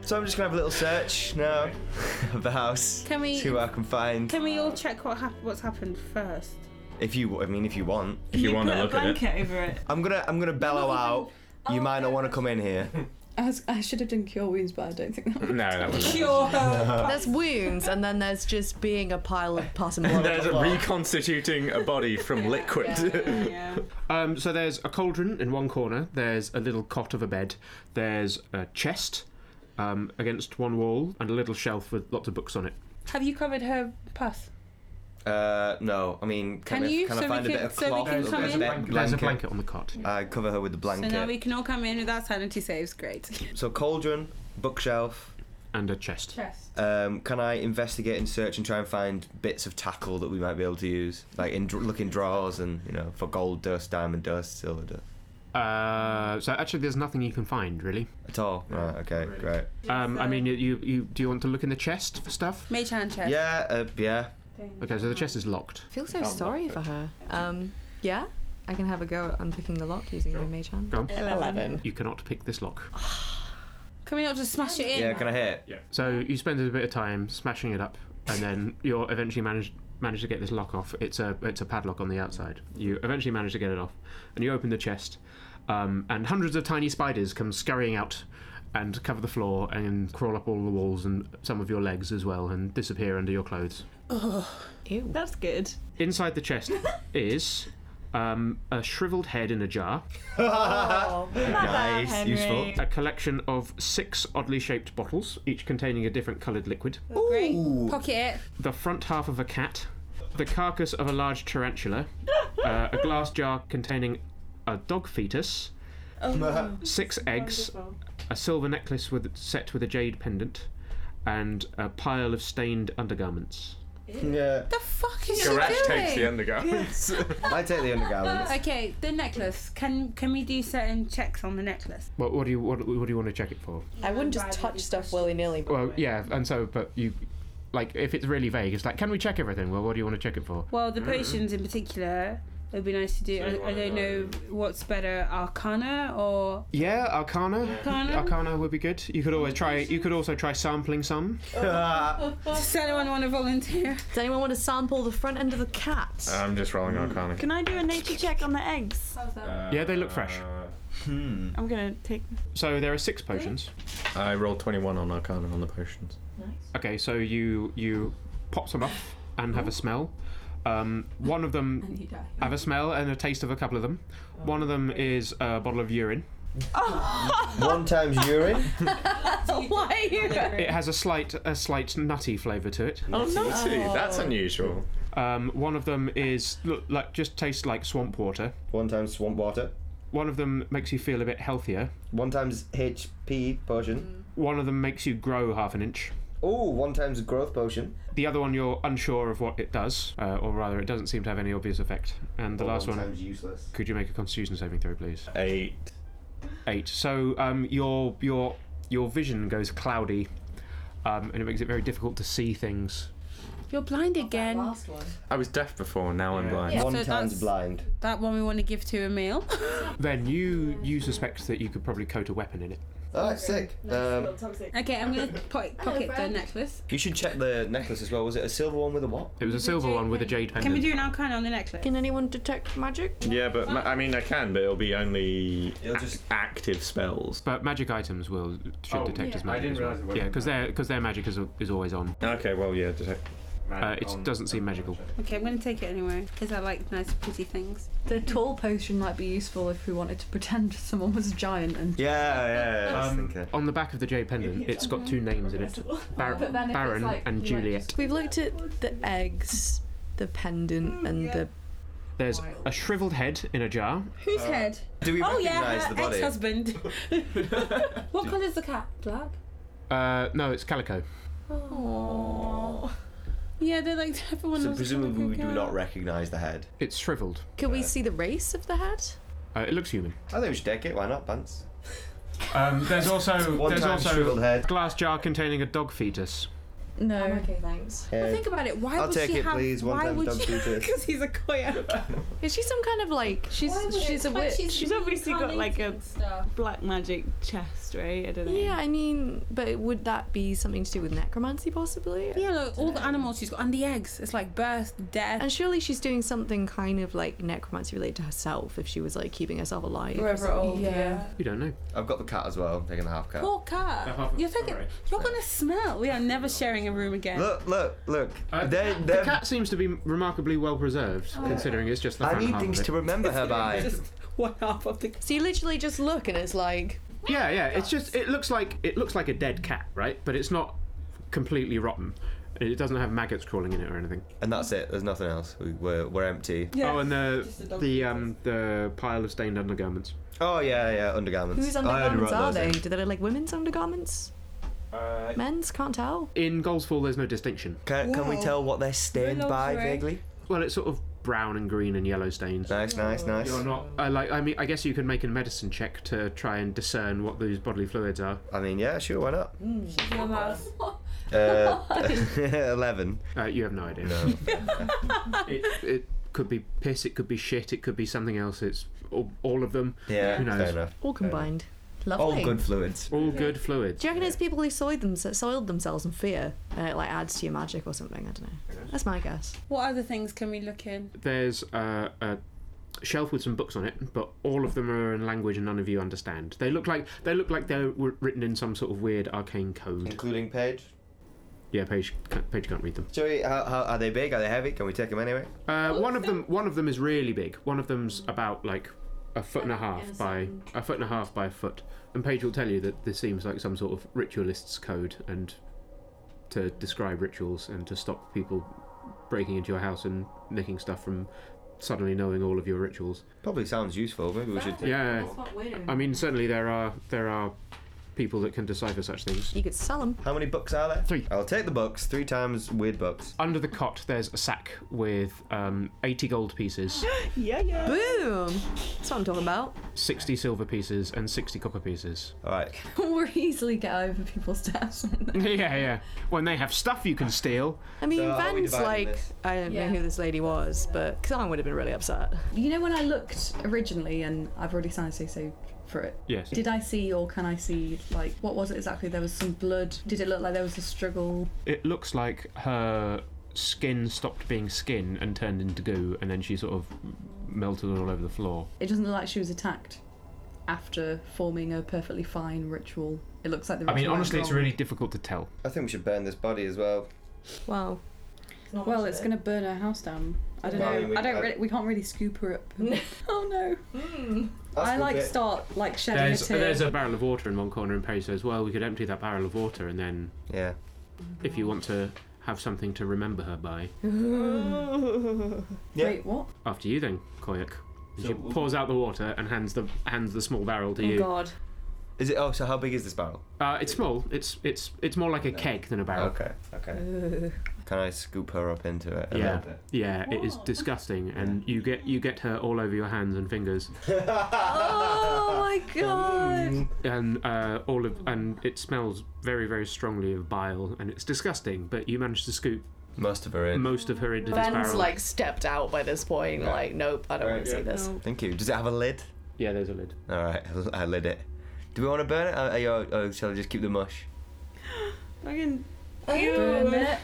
So I'm just gonna have a little search now of the house.
Can we-
see what I can find?
Can we all check what hap- what's happened first?
If you, I mean, if you want,
If you want
put
to look
a
at it.
blanket over it.
I'm gonna, I'm gonna bellow out.
Oh,
You might not want to come in here.
I, was, I should have done cure wounds, but I don't think that.
No, that was.
There's wounds, and then there's just being a pile of pus and blood.
There's reconstituting a body from liquid.
Yeah.
Um, so there's a cauldron in one corner. There's a little cot of a bed. There's a chest um, against one wall, and a little shelf with lots of books on it.
Have you covered her pus?
Uh, no. I mean, can,
Can
I,
you?
Can I
So we
find a
can-
bit of
so we
cloth?
can
or
come
bit of
in?
There's a blanket on the cot.
I cover her with the
So
blanket.
now we can all come in without sanity saves. Great.
So cauldron, bookshelf.
And a chest.
Chest.
Um, can I investigate and search and try and find bits of tackle that we might be able to use, like in dr- look in drawers and you know for gold dust, diamond dust, silver dust,
Uh, so actually, there's nothing you can find really.
at all? Right. Okay. Great.
Um, I mean, you, you, you do you want to look in the chest for stuff?
Mage hand chest.
Yeah. Uh, yeah.
Okay, so the chest is locked.
I feel so sorry for her. Um, yeah, I can have a go at unpicking the lock using my mage hand.
Go on.
Eleven.
You cannot pick this lock.
Can we not just smash it in?
Yeah. Can I hit?
So you spend a bit of time smashing it up, and then you will eventually manage manage to get this lock off. It's a it's a padlock on the outside. You eventually manage to get it off, and you open the chest, um, and hundreds of tiny spiders come scurrying out, and cover the floor and crawl up all the walls and some of your legs as well, and disappear under your clothes.
Ew.
That's good.
Inside the chest is um, a shriveled head in a jar,
nice. Useful.
a collection of six oddly shaped bottles, each containing a different coloured liquid.
Great. Pocket it.
the front half of a cat, the carcass of a large tarantula, uh, a glass jar containing a dog fetus, six eggs, a silver necklace with set with a jade pendant, and a pile of stained undergarments.
Yeah.
The fuck is she doing?
Goresh takes the undergarments.
I take the undergarments.
Okay, the necklace. Can can we do certain checks on the necklace?
What, what do you what, what do you want to check it for?
I wouldn't just touch stuff willy nilly.
Well, yeah, and so but you. Like if it's really vague, it's like, can we check everything? Well, what do you want to check it for?
Well,
Mm-hmm.
the potions in particular. It would be nice to do. I, I don't know what's better, Arcana or
Yeah, Arcana. Arcana. would be good. You could always try. You could also try sampling some.
Does anyone want to volunteer?
Does anyone want to sample the front end of the cat?
I'm just rolling Arcana.
Can I do a nature check on the eggs?
Yeah, they look fresh.
Hmm.
I'm gonna take.
So there are six potions.
I rolled 21 on Arcana on the potions.
Okay, so you you pop some off and have a smell. Um, one of them
You die.
have a smell and a taste of a couple of them. One of them is a bottle of urine.
One times urine.
Why are you?
It has a slight a slight nutty flavour to it.
Oh, naughty! That's unusual.
Um, one of them is look, like just tastes like swamp water.
One times swamp water.
One of them makes you feel a bit healthier.
One times HP potion.
One of them makes you grow half an inch.
Mm.
Ooh, one times growth potion.
The other one you're unsure of what it does, uh, or rather, it doesn't seem to have any obvious effect. And the last one,
useless.
could you make a Constitution saving throw, please?
Eight.
Eight. So um, your your your vision goes cloudy, um, and it makes it very difficult to see things.
You're blind again.
Last one.
I was deaf before, now I'm
Yeah.
blind.
Yeah,
one
so
times
that's-
blind.
That one we want to give to Emil.
Then you you suspect that you could probably coat a weapon in it.
Oh, that's sick. Um,
okay, I'm gonna po- pocket the
friend.
necklace.
you should check the necklace as well. Was it a silver one with a what?
It was a silver one with a jade pendant.
Can we do an arcana on the necklace?
Can anyone detect magic?
Yeah, but ma- I mean, I can, but it'll be only
It'll
ac-
just-
active spells.
but magic items will should
Oh,
detect
yeah.
as magic.
didn't
as well.
realise it wasn't
Yeah, because their because their magic is, is always on.
Okay, well, yeah, detect.
Uh, it doesn't seem magical.
Okay, I'm gonna take it anyway because I like nice, pretty things.
The tall potion might be useful if we wanted to pretend someone was a giant and.
Yeah, yeah. I was
Um,
thinking.
On the back of the jade pendant, it's got two names in it: Bar-
But then if it's
Baron
like-
and
like-
Juliet.
We've looked at the eggs, the pendant, and the
There's a shriveled head in a jar.
Whose head?
Do we
Oh
recognise
yeah,
Uh, the
her
body?
ex-husband. what colour is the cat? Black.
Uh, no, it's calico.
Oh. Yeah, they're like everyone.
So
loves
presumably we
Calico
do
Cat.
not recognise the head.
It's shriveled.
Can we see the race of the hat?
Uh, it looks human.
I think we should deck it. Why not, pants?
Um, there's also
One
there's
time shriveled
also a
head.
glass jar containing a dog fetus.
No.
thanks.
Well, think about it. Why
I'll
would
take
she
it,
have?
please. One
why
time
would
dog
she?
food.
Because he's a koya.
Is she some kind of like? She's she's a witch.
She's obviously got, like, a-
Stuff.
Black magic chest, right? I don't know.
Yeah, I mean, but would that be something to do with necromancy possibly?
Yeah, look, all the animals she's got and the eggs. It's like birth, death.
And surely she's doing something kind of like necromancy related to herself if she was like keeping herself alive. or something.
Yeah.
You don't know.
I've got the cat as well. I'm taking the half cat.
Poor cat. You're taking. You're gonna smell. We are never sharing a room again.
Look, look, look.
Uh,
They-
The
they're-
cat seems to be remarkably well preserved,
Oh.
considering it's just the
I
front
need
half
things
of it.
to remember her by.
Just one half of the.
So you literally just look and it's like
Yeah, yeah. It's just it looks like it looks like a dead cat, right? But it's not completely rotten. It doesn't have maggots crawling in it or anything.
And that's it. There's nothing else. We, we're, we're empty.
Yeah.
Oh, and
just a
the
dog
the um the pile of stained undergarments.
Oh yeah, yeah. Undergarments.
whose
I already
undergarments
wrote
are
those
they?
in.
Do they look like women's undergarments?
Uh,
Men's can't tell.
In Goldsfall, there's no distinction.
Can, can we
Wow.
tell what they're stained
Willow
by
thread.
vaguely?
Well, it's sort of brown and green and yellow stains.
Nice, nice, nice.
You're not. I like. I mean, I guess you can make a medicine check to try and discern what those bodily fluids are.
I mean, yeah, sure. Why not?
Your mouth.
Uh, Eleven.
Uh, you have no idea.
No.
it, it could be piss. It could be shit. It could be something else. It's all, all of them.
Yeah,
Who knows?
fair enough.
All combined.
All
Lovely.
good fluids.
All good fluids.
Do you reckon it's people who soiled, them- soiled themselves in fear and it like adds to your magic or something? I don't know. That's my guess.
What other things can we look in?
There's uh, a shelf with some books on it, but all of them are in language and none of you understand. They look like they look like they're w- written in some sort of weird arcane code.
Including Paige.
Yeah, Paige, can't- Paige can't read them.
Joey, how, how are they big? Are they heavy? Can we take them anyway?
Uh, one of them, one of them is really big. One of them's about like a foot and a half by a foot and a half by a foot. And Paige will tell you that this seems like some sort of ritualist's code, and to describe rituals and to stop people breaking into your house and nicking stuff from suddenly knowing all of your rituals.
Probably sounds useful. Maybe we should.
Yeah, I mean certainly there are there are people that can decipher such things.
You could sell them.
How many books are there?
Three.
I'll take the books. Three times weird books.
Under the cot, there's a sack with um, 80 gold pieces,
Boom! That's what I'm talking about.
60 silver pieces, and 60 copper pieces.
All right.
We're easily get over people's deaths.
yeah, yeah. When they have stuff you can steal.
I mean,
So are we
Van's
dividing
like,
this?
I don't
Yeah.
know who this lady was, but Khan would have been really upset.
you know when I looked originally, and I've already signed say so for it.
Yes.
Did I see or can I see like what was it exactly? There was some blood. Did it look like there was a struggle?
It looks like her skin stopped being skin and turned into goo, and then she sort of melted all over the floor.
It doesn't look like she was attacked after forming a perfectly fine ritual. It looks like the.
I mean,
ritual went
honestly, it's
wrong.
really difficult to tell.
I think we should burn this body as well.
Wow.
Well, it's gonna burn her house down. I don't
Well, I
know.
mean, we-
I don't.
I-
Really, we can't really scoop her up. oh no!
That's
I
good
like
bit.
start like shedding
There's,
a tear.
there's a barrel of water in one corner, and Perry says, Well, we could empty that barrel of water, and then
Yeah.
if you want to have something to remember her by,
Yeah.
Wait, what?
after you then, Koyuk. And she pours out the water and hands the hands the small barrel to
Oh
you.
God.
Is it? Oh, so how big is this barrel?
Uh, it's small. It's it's it's more like a keg than a barrel.
Okay, okay. Can I scoop her up into it? A
Yeah,
Little bit?
yeah. It is disgusting, and you get you get her all over your hands and fingers,
Oh my god!
and uh, all of and it smells very very strongly of bile, and it's disgusting. But you manage to scoop
Most of her in.
most of her into this
Ben's
barrel.
like stepped out by this point.
Yeah.
Like, nope, I don't
Right,
want to see
yeah.
this.
Thank you. Does it have a lid?
yeah, there's a lid.
All right, I lid it. Do we want to burn it? Or, or, you- or uh, shall I just keep the mush?
Fucking.
Burn it.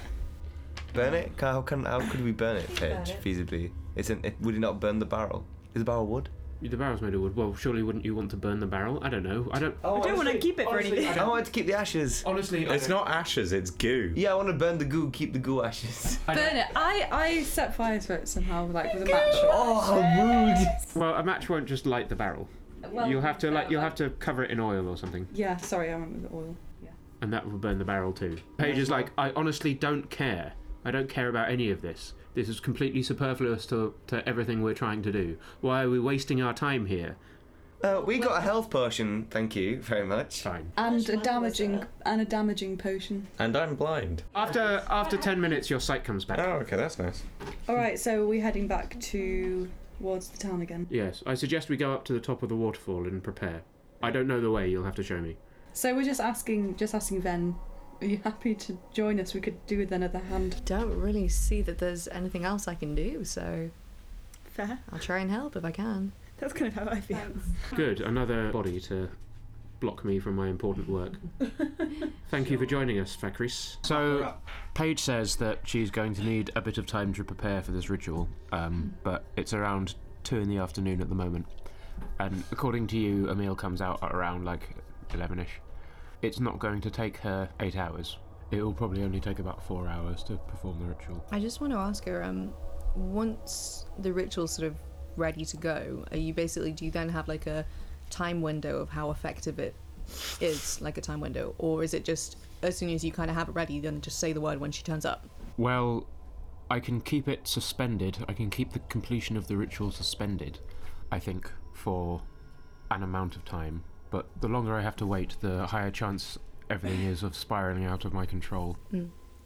Burn it? Can- How can how could we burn it,
Burn
Paige?
it.
Feasibly, isn't it? Would it not burn the barrel? Is the barrel wood?
The barrel's made of wood. Well, surely wouldn't you want to burn the barrel? I don't know. I don't.
I don't want to keep it for anything.
I wanted to keep the ashes.
Honestly,
It's not ashes, it's goo.
Yeah, I want to burn the goo. Keep the goo ashes.
Burn it. I, I set fires for it somehow, like with a match.
Oh, how rude!
Well, a match won't just light the barrel.
Well,
you'll have to like you'll have to cover it in oil or something,
Yeah, sorry, I remember the oil.
and that will burn the barrel too. Paige is like, I honestly don't care. I don't care about any of this. This is completely superfluous to to everything we're trying to do. Why are we wasting our time here?
Uh, we got a health potion. Thank you very much.
Fine.
And a
one was
damaging
that?
and a damaging potion.
And I'm blind.
After after ten minutes, your sight comes
Oh,
back.
okay, that's nice.
All right, so we're heading back to towards the town again.
Yes, I suggest we go up to the top of the waterfall and prepare. I don't know the way. You'll have to show me.
So we're just asking, just asking Ven, are you happy to join us? We could do with another hand.
Don't really see that there's anything else I can do, so
Fair.
I'll try and help if I can.
That's kind of how I feel.
Good, another body to block me from my important work. Thank you for joining us, Fakris. So, Paige says that she's going to need a bit of time to prepare for this ritual, um, but it's around two in the afternoon at the moment. And according to you, a meal comes out at around like 11 ish. It's not going to take her eight hours. It will probably only take about four hours to perform the ritual.
I just want to ask her, um, once the ritual's sort of ready to go, are you basically do you then have like a time window of how effective it is, like a time window, or is it just as soon as you kind of have it ready, then just say the word when she turns up?
Well, I can keep it suspended. I can keep the completion of the ritual suspended, I think, for an amount of time. But the longer I have to wait, the higher chance everything is of spiraling out of my control.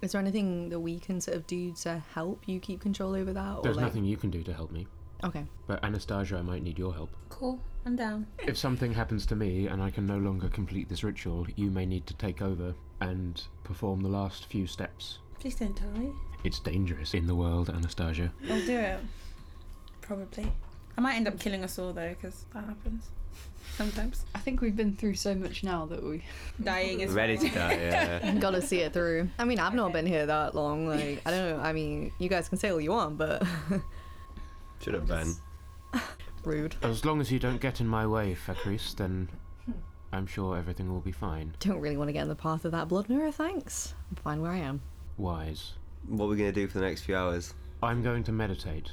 Is there anything that we can sort of do to help you keep control over that? Or
There's
like,
nothing you can do to help me.
Okay.
But Anastasia, I might need your help.
Cool. I'm down.
If something happens to me and I can no longer complete this ritual, you may need to take over and perform the last few steps.
Please don't die.
It's dangerous in the world, Anastasia.
I'll do it. Probably. I might end up killing us all though, because that happens sometimes.
I think we've been through so much now that we.
Dying is
Ready to die. Yeah.
Gotta see it through. I mean, I've not been here that long. Like, I don't know. I mean, you guys can say all you want, but
Should have been.
rude.
As long as you don't get in my way, Fakris, then I'm sure everything will be fine.
Don't really want to get in the path of that blood mirror, thanks. I'm fine where I am.
Wise.
What are we gonna do for the next few hours?
I'm going to meditate.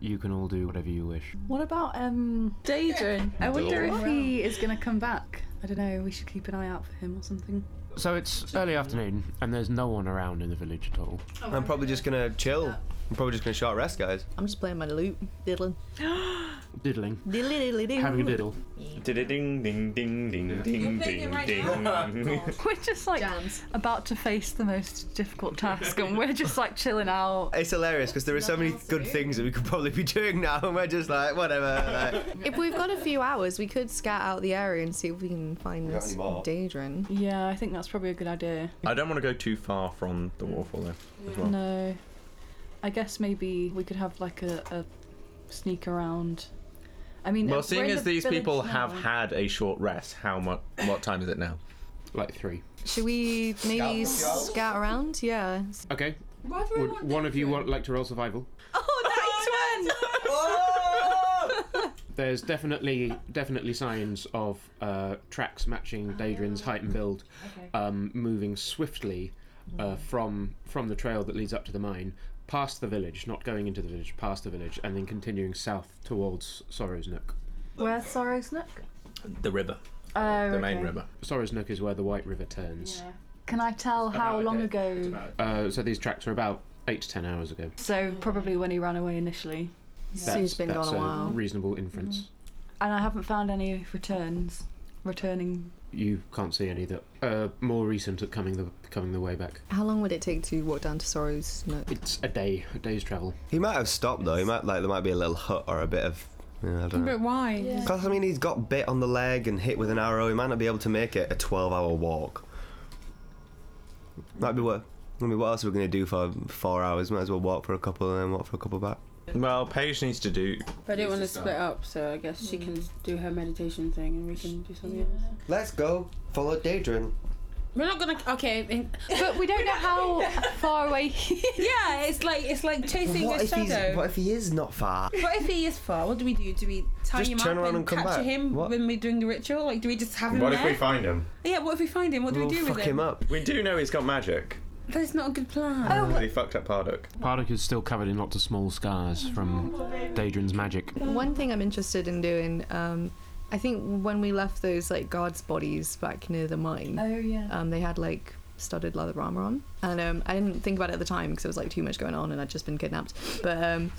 You can all do whatever you wish.
What about um Daedrin? I wonder if he is going to come back. I don't know. We should keep an eye out for him or something.
So it's early afternoon, and there's no one around in the village at all.
I'm probably just gonna chill. I'm probably just gonna short rest, guys.
I'm just playing my lute, diddling.
Diddling.
Diddly diddly ding.
Having a diddle.
Ding ding ding ding ding ding
Oh,
ding.
We're just like about to face the most difficult task, and we're just like chilling out.
It's hilarious because there are so many good things that we could probably be doing now, and we're just like, whatever. Like,
If we've got a few hours, we could scout out the area and see if we can find
Got
this
any more?
Daedrin.
Yeah, I think that's probably a good idea.
I don't want to go too far from the waterfall though. As well.
No. I guess maybe we could have like a, a sneak around. I mean, uh,
Well,
we're
seeing
in
as
the
these
village
people
now.
have had a short rest, how much? What time is it now?
Like three.
Should we maybe scout around? Yeah.
Okay. Would one of you want like to roll survival?
Oh, nice one!
There's definitely definitely signs of uh, tracks matching Daedrin's height and build, um, moving swiftly uh, from from the trail that leads up to the mine, past the village, not going into the village, past the village, and then continuing south towards Sorrow's Nook.
Where's Sorrow's Nook?
The river,
Oh,
the main
okay.
river.
Sorrow's Nook is where the White River turns.
Can I tell how long ago?
Uh, so these tracks are about eight to ten hours ago.
So probably when he ran away initially,
Sue's been
that's
gone a while.
Reasonable inference.
and I haven't found any returns. returning.
You can't see any that uh, more recent at coming the coming the way back.
How long would it take to walk down to Sorrow's Nook?
It's a day, a day's travel.
He might have stopped though. He might like there might be a little hut or a bit of. yeah, I don't know.
But why?
Because I mean, he's got bit on the leg and hit with an arrow. He might not be able to make it a twelve-hour walk. Might be what. I mean, what else are we going to do for four hours? Might as well walk for a couple and then walk for a couple back.
Well, Paige needs to do.
But I don't want to split up, so I guess she can do her meditation thing and we can do something else.
Let's go follow Daedrin.
We're not gonna. Okay, in-
But we don't know how far away.
yeah, it's like it's like chasing
What
a
if, he's,
shadow.
what if he is not far?
What if he is far? What do we do? Do we tie
Just
him
turn
up
around
and,
and come
capture
back.
him
What?
when we're doing the ritual? Like, do we just have him
What
there?
if we find him?
Yeah, what if we find him? What do
We'll
we do
fuck
with
him up.
We do know he's got magic.
But it's not a good plan.
Oh, he fucked up Parduk.
Parduk is still covered in lots of small scars from Daedrin's magic.
One thing I'm interested in doing, um, I think when we left those like guards' bodies back near the mine,
Oh yeah.
um, they had like studded leather armor on, and um, I didn't think about it at the time because there was like too much going on and I'd just been kidnapped. But um,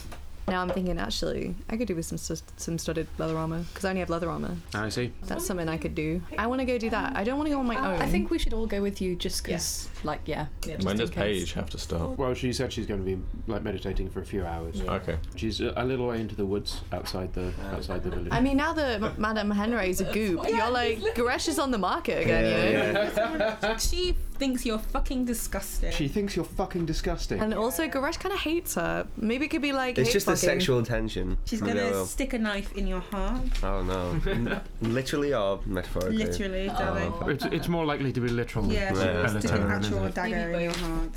now I'm thinking actually I could do with some stu- some studded leather armor because I only have leather armor.
I see.
That's something I could do. I want to go do that. I don't want to go on my own.
I think we should all go with you just because, like, yeah. just
when
in
does
case.
Paige have to stop?
Well, she said she's going to be like meditating for a few hours.
Okay.
She's a a little way into the woods outside the outside the village.
I mean, now that M- Madame Henry's a goop, you're like, Goresh is on the market again, you know?
She thinks you're fucking disgusting.
she thinks you're fucking disgusting.
And also, Goresh kind of hates her. Maybe it could be like.
It's
hate
just the
fucking.
sexual tension.
She's
Maybe I
gonna
will.
stick a knife in your heart.
Oh no. Literally or metaphorically?
Literally, darling.
It's, it's more likely to be literal.
Yeah, she
Oh. Yeah.
stick an
Literal,
actual
isn't it?
dagger in your heart.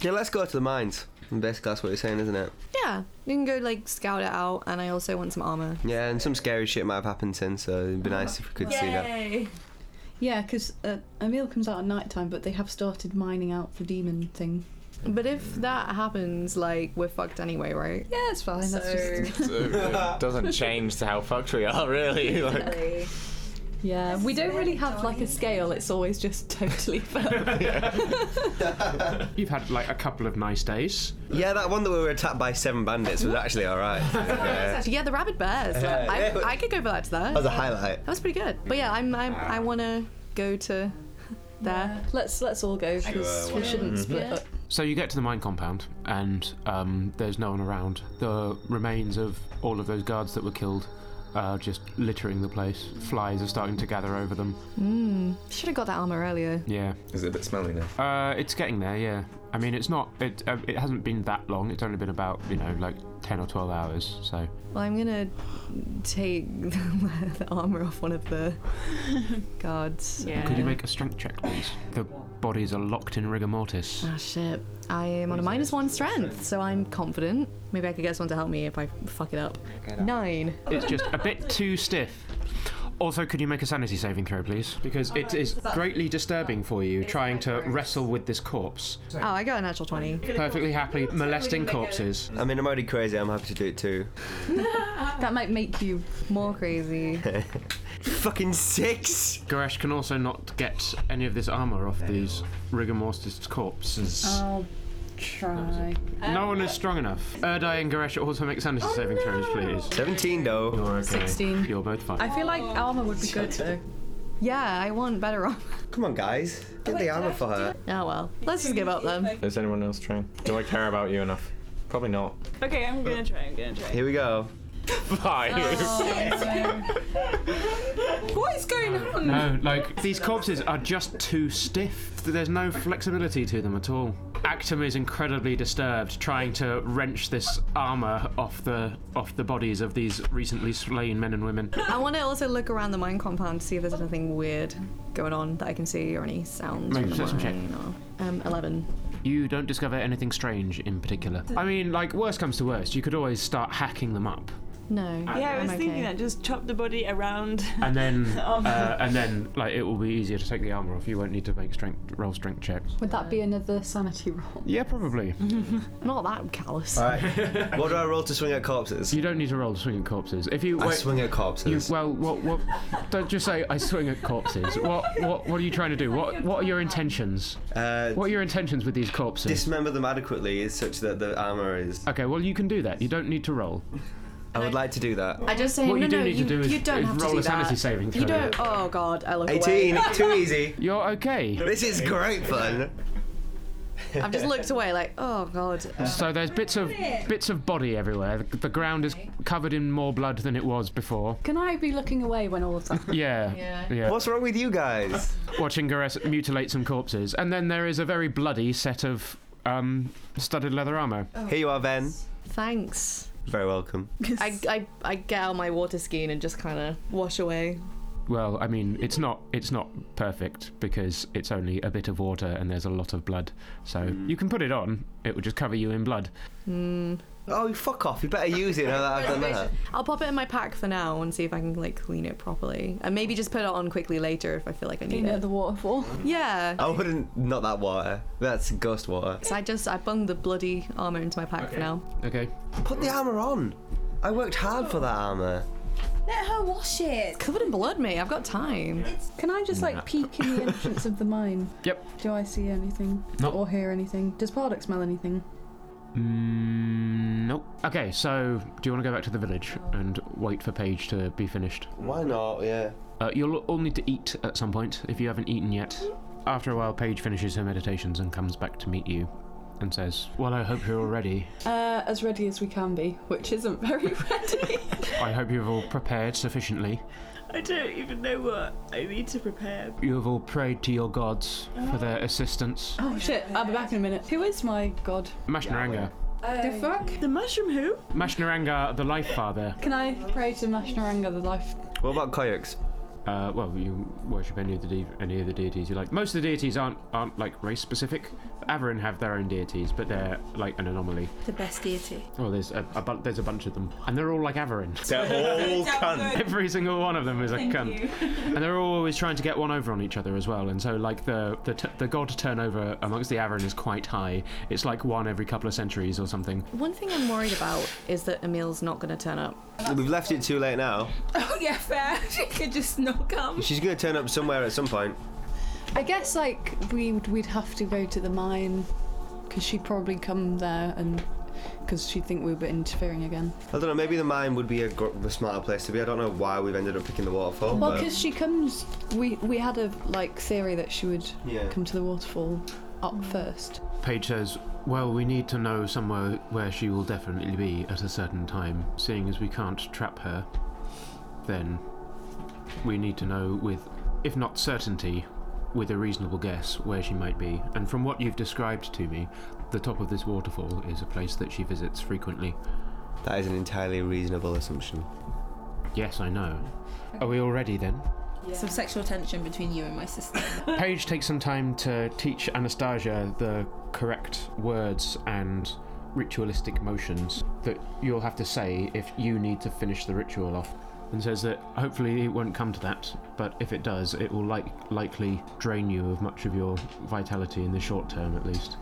Yeah, let's go to the mines. Basically, that's what you're saying, isn't it?
Yeah, you can go like scout it out, and I also want some armor.
Yeah, and some scary shit might have happened since, so it'd be nice if we could see that.
Yeah, because uh, a meal comes out at night time, but they have started mining out the demon thing.
But if that happens, like, we're fucked anyway, right?
Yeah, it's fine.
So-
That's just.
Doesn't change to how fucked we are, really. Like,
Yeah, we don't really have like a scale. It's always just totally fair.
You've had like a couple of nice days.
Yeah, that one that we were attacked by seven bandits was actually alright. yeah.
Yeah, the rabbit bears.
Yeah.
I, I could go for that to that.
That was a
That
highlight.
was pretty good. But yeah, I'm, I'm, I want to go to there.
let's let's all go because we shouldn't split up.
So you get to the mine compound, and um, there's no one around. The remains of all of those guards that were killed are just littering the place. Flies are starting to gather over them.
Mm, should have got that armor earlier.
Yeah,
is it a bit smelly now?
uh, it's getting there. Yeah, I mean it's not. It uh, it hasn't been that long. It's only been about you know like ten or twelve hours. So
Well, I'm gonna take the armor off one of the guards.
could you make a strength check, please? The bodies are locked in rigor mortis.
Ah, shit. I am on a minus one strength, so I'm confident. Maybe I could get someone to help me if I fuck it up. Nine.
It's just a bit too stiff. Also, could you make a sanity saving throw, please? Because it is greatly disturbing for you trying to wrestle with this corpse.
Oh, I got a natural 20.
perfectly happily molesting corpses.
I mean, I'm already crazy, I'm happy to do it too.
That might make you.
More crazy.
Fucking six!
Goresh can also not get any of this armor off these rigor mortis corpses.
I'll try.
no one is strong enough. Erdai and Goresh also make sanity saving throws, please.
17 though.
You're okay.
16.
You're both fine.
I feel like armor would be good though.
Yeah, I want better armor.
Come on, guys. Get the armor for her.
Oh well. Let's just give up then.
Is anyone else trying? Do I care about you enough? Probably not.
Okay, I'm gonna try. I'm gonna try.
Here we go.
Bye.
Oh.
What is going on?
no, like these corpses are just too stiff. There's no flexibility to them at all. Actum is incredibly disturbed, trying to wrench this armor off the off the bodies of these recently slain men and women.
I want to also look around the mine compound to see if there's anything weird going on that I can see or any sounds.
Make
from
a
the
perception check.
mine or- Um, 11.
You don't discover anything strange in particular. I mean, like, worst comes to worst, you could always start hacking them up.
No.
Yeah, I
I'm
was thinking
okay.
that. Just chop the body around.
And then, uh, and then, like, it will be easier to take the armor off. You won't need to make strength roll strength checks.
Would that be another sanity roll?
Yeah, probably.
Not that callous.
Alright. what do I roll to swing at corpses?
You don't need to roll to swing at corpses. If you
I
wait,
swing at
you,
corpses.
well, what, what? Don't just say I swing at corpses. What, what, what are you trying to do? What, what are your intentions?
Uh,
What are your intentions with these corpses?
dismember them adequately is such that the armor is.
Okay, well, you can do that. You don't need to roll.
I would like to do that.
I just say
What
no,
you do
no,
need to
you,
do is-
you don't
is
have
roll
to do
a sanity
that.
saving
You
throw.
don't. Oh god, I look
18,
away.
too easy.
You're okay.
This is great fun.
I've just looked away, like oh god. Uh,
So there's bits of bits of body everywhere. The, the ground is covered in more blood than it was before.
Can I be looking away when all of that?
Yeah.
Yeah.
What's wrong with you guys?
Watching Gareth mutilate some corpses, and then there is a very bloody set of um, studded leather armor.
Here you are, Ben.
Thanks.
Very welcome.
I, I, I get out my water skiing and just kind of wash away.
Well, I mean, it's not it's not perfect because it's only a bit of water and there's a lot of blood. So you can put it on; it will just cover you in blood.
Mm.
Oh, fuck off! You better use it now that I've done that.
I'll pop it in my pack for now and see if I can like clean it properly, and maybe just put it on quickly later if I feel like I need
Being
it.
at the waterfall.
Yeah.
I wouldn't. Not that water. That's ghost water.
So I just I bunged the bloody armor into my pack for now.
Okay.
Put the armor on. I worked hard for that armor.
Let her wash it. Covered in blood, mate. I've got time.
Can I just
Nah.
like peek in the entrance of the mine?
Yep.
Do I see anything
No.
or hear anything? Does Pardock smell anything?
Mm, nope. Okay, so do you want to go back to the village and wait for Paige to be finished?
Why not? Yeah.
Uh, you'll all need to eat at some point if you haven't eaten yet. After a while, Paige finishes her meditations and comes back to meet you and says, Well, I hope you're all ready.
Uh, as ready as we can be, which isn't very ready.
I hope you've all prepared sufficiently.
I don't even know what I need to prepare.
You have all prayed to your gods for their assistance.
Oh shit! I'll be back in a minute. Who is my god?
Mashnaranga.
the fuck? The mushroom who?
Mashnaranga, the Life Father.
Can I pray to Mashnaranga the life?
What about Koyaks?
Uh, well, you worship any of the de- any of the deities you like. Most of the deities aren't aren't like race specific. Avarin have their own deities, but they're like an anomaly.
The best deity.
Oh, there's a, a bu- there's a bunch of them, and they're all like Avarin.
They're all cunt.
Every single one of them is a
Thank
cunt, and they're all always trying to get one over on each other as well. And so, like the the, t- the god turnover amongst the Avarin is quite high. It's like one every couple of centuries or something.
One thing I'm worried about is that Emile's not going to turn up.
We've left it too late now.
Oh yeah, fair. She could just not come.
She's gonna turn up somewhere at some point.
I guess like we would- we'd have to go to the mine because she'd probably come there and because she'd think we were interfering again.
I don't know. Maybe the mine would be a, gr- a smarter place to be. I don't know why we've ended up picking the waterfall.
Well,
but-
because she comes, we we had a like theory that she would
Yeah.
come to the waterfall up first.
Paige says, Well, we need to know somewhere where she will definitely be at a certain time. Seeing as we can't trap her, then we need to know with, if not certainty, with a reasonable guess where she might be. And from what you've described to me, the top of this waterfall is a place that she visits frequently.
that is an entirely reasonable assumption.
Yes, I know. Are we all ready then?
Some sexual tension between you and my sister.
Paige takes some time to teach Anastasia the correct words and ritualistic motions that you'll have to say if you need to finish the ritual off. And says that hopefully it won't come to that, but if it does, it will like, likely drain you of much of your vitality in the short term at least.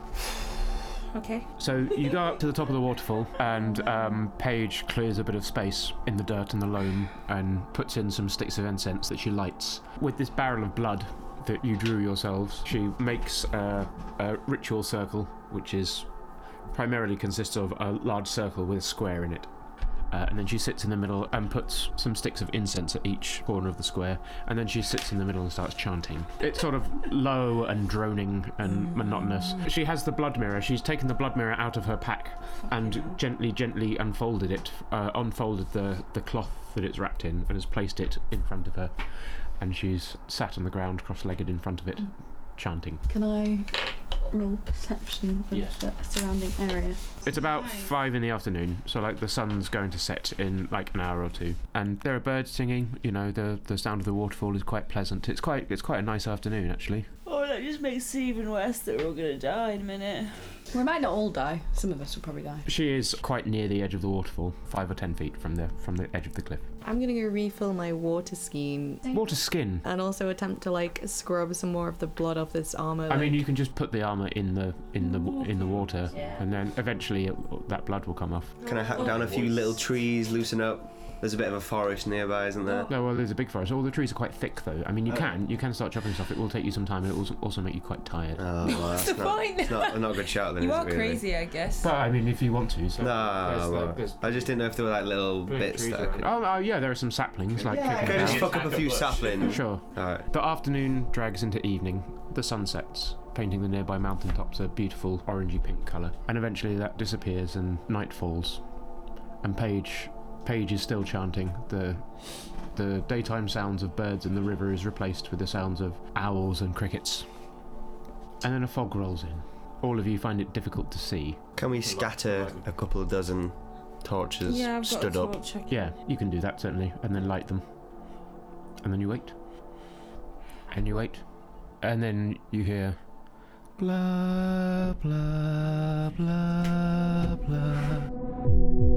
Okay.
So you go up to the top of the waterfall, and um, Paige clears a bit of space in the dirt and the loam and puts in some sticks of incense that she lights. With this barrel of blood that you drew yourselves, she makes a, a ritual circle, which is primarily consists of a large circle with a square in it. Uh, and then she sits in the middle and puts some sticks of incense at each corner of the square. And then she sits in the middle and starts chanting. It's sort of low and droning and monotonous. She has the blood mirror. She's taken the blood mirror out of her pack and gently, gently unfolded it, uh, unfolded the, the cloth that it's wrapped in, and has placed it in front of her. And she's sat on the ground, cross legged, in front of it, chanting.
Can I roll perception of
Yes.
the surrounding area?
It's about five in the afternoon, so like the sun's going to set in like an hour or two, and there are birds singing. You know, the the sound of the waterfall is quite pleasant. It's quite it's quite a nice afternoon actually.
Oh, that just makes it even worse that we're all gonna die in a minute.
We might not all die. Some of us will probably die.
She is quite near the edge of the waterfall, five or ten feet from the from the edge of the cliff.
I'm going to go refill my water skiing
Water skin.
and also attempt to like scrub some more of the blood off this armor.
I mean, you can just put the armor in the in the w- in the water, and then eventually it, that blood will come off.
Oh,
Can I hack down a few little trees, loosen up? There's a bit of a forest nearby, isn't
Oh.
there?
No, well, there's a big forest. All the trees are quite thick, though. I mean, you
Oh.
can you can start chopping stuff. It will take you some time, and it will also- also make you quite tired.
Oh, well,
What's
that's
the
not,
point?
It's not, not a good shout, then,
You
is it,
are
really?
crazy, I guess.
But I mean, if you want to, so
Nah,
There's,
well,
like, there's
I just didn't know if there were like little
big
bits
trees
that I
around.
could.
Oh, oh, yeah, there are some saplings. Like
Yeah,
kicking
go just
about.
fuck up a few saplings.
Sure.
Alright.
The afternoon drags into evening. The sun sets, painting the nearby mountaintops a beautiful orangey pink colour. And eventually that disappears and night falls. And Paige Paige is still chanting. The the daytime sounds of birds in the river is replaced with the sounds of owls and crickets. And then a fog rolls in. All of you find it difficult to see.
Can we scatter a couple of dozen torches
Yeah, I've got a
stood up?
torch, I can-
Yeah, you can do that certainly, and then light them. And then you wait. And you wait. And then you hear
Blah, blah, blah, blah.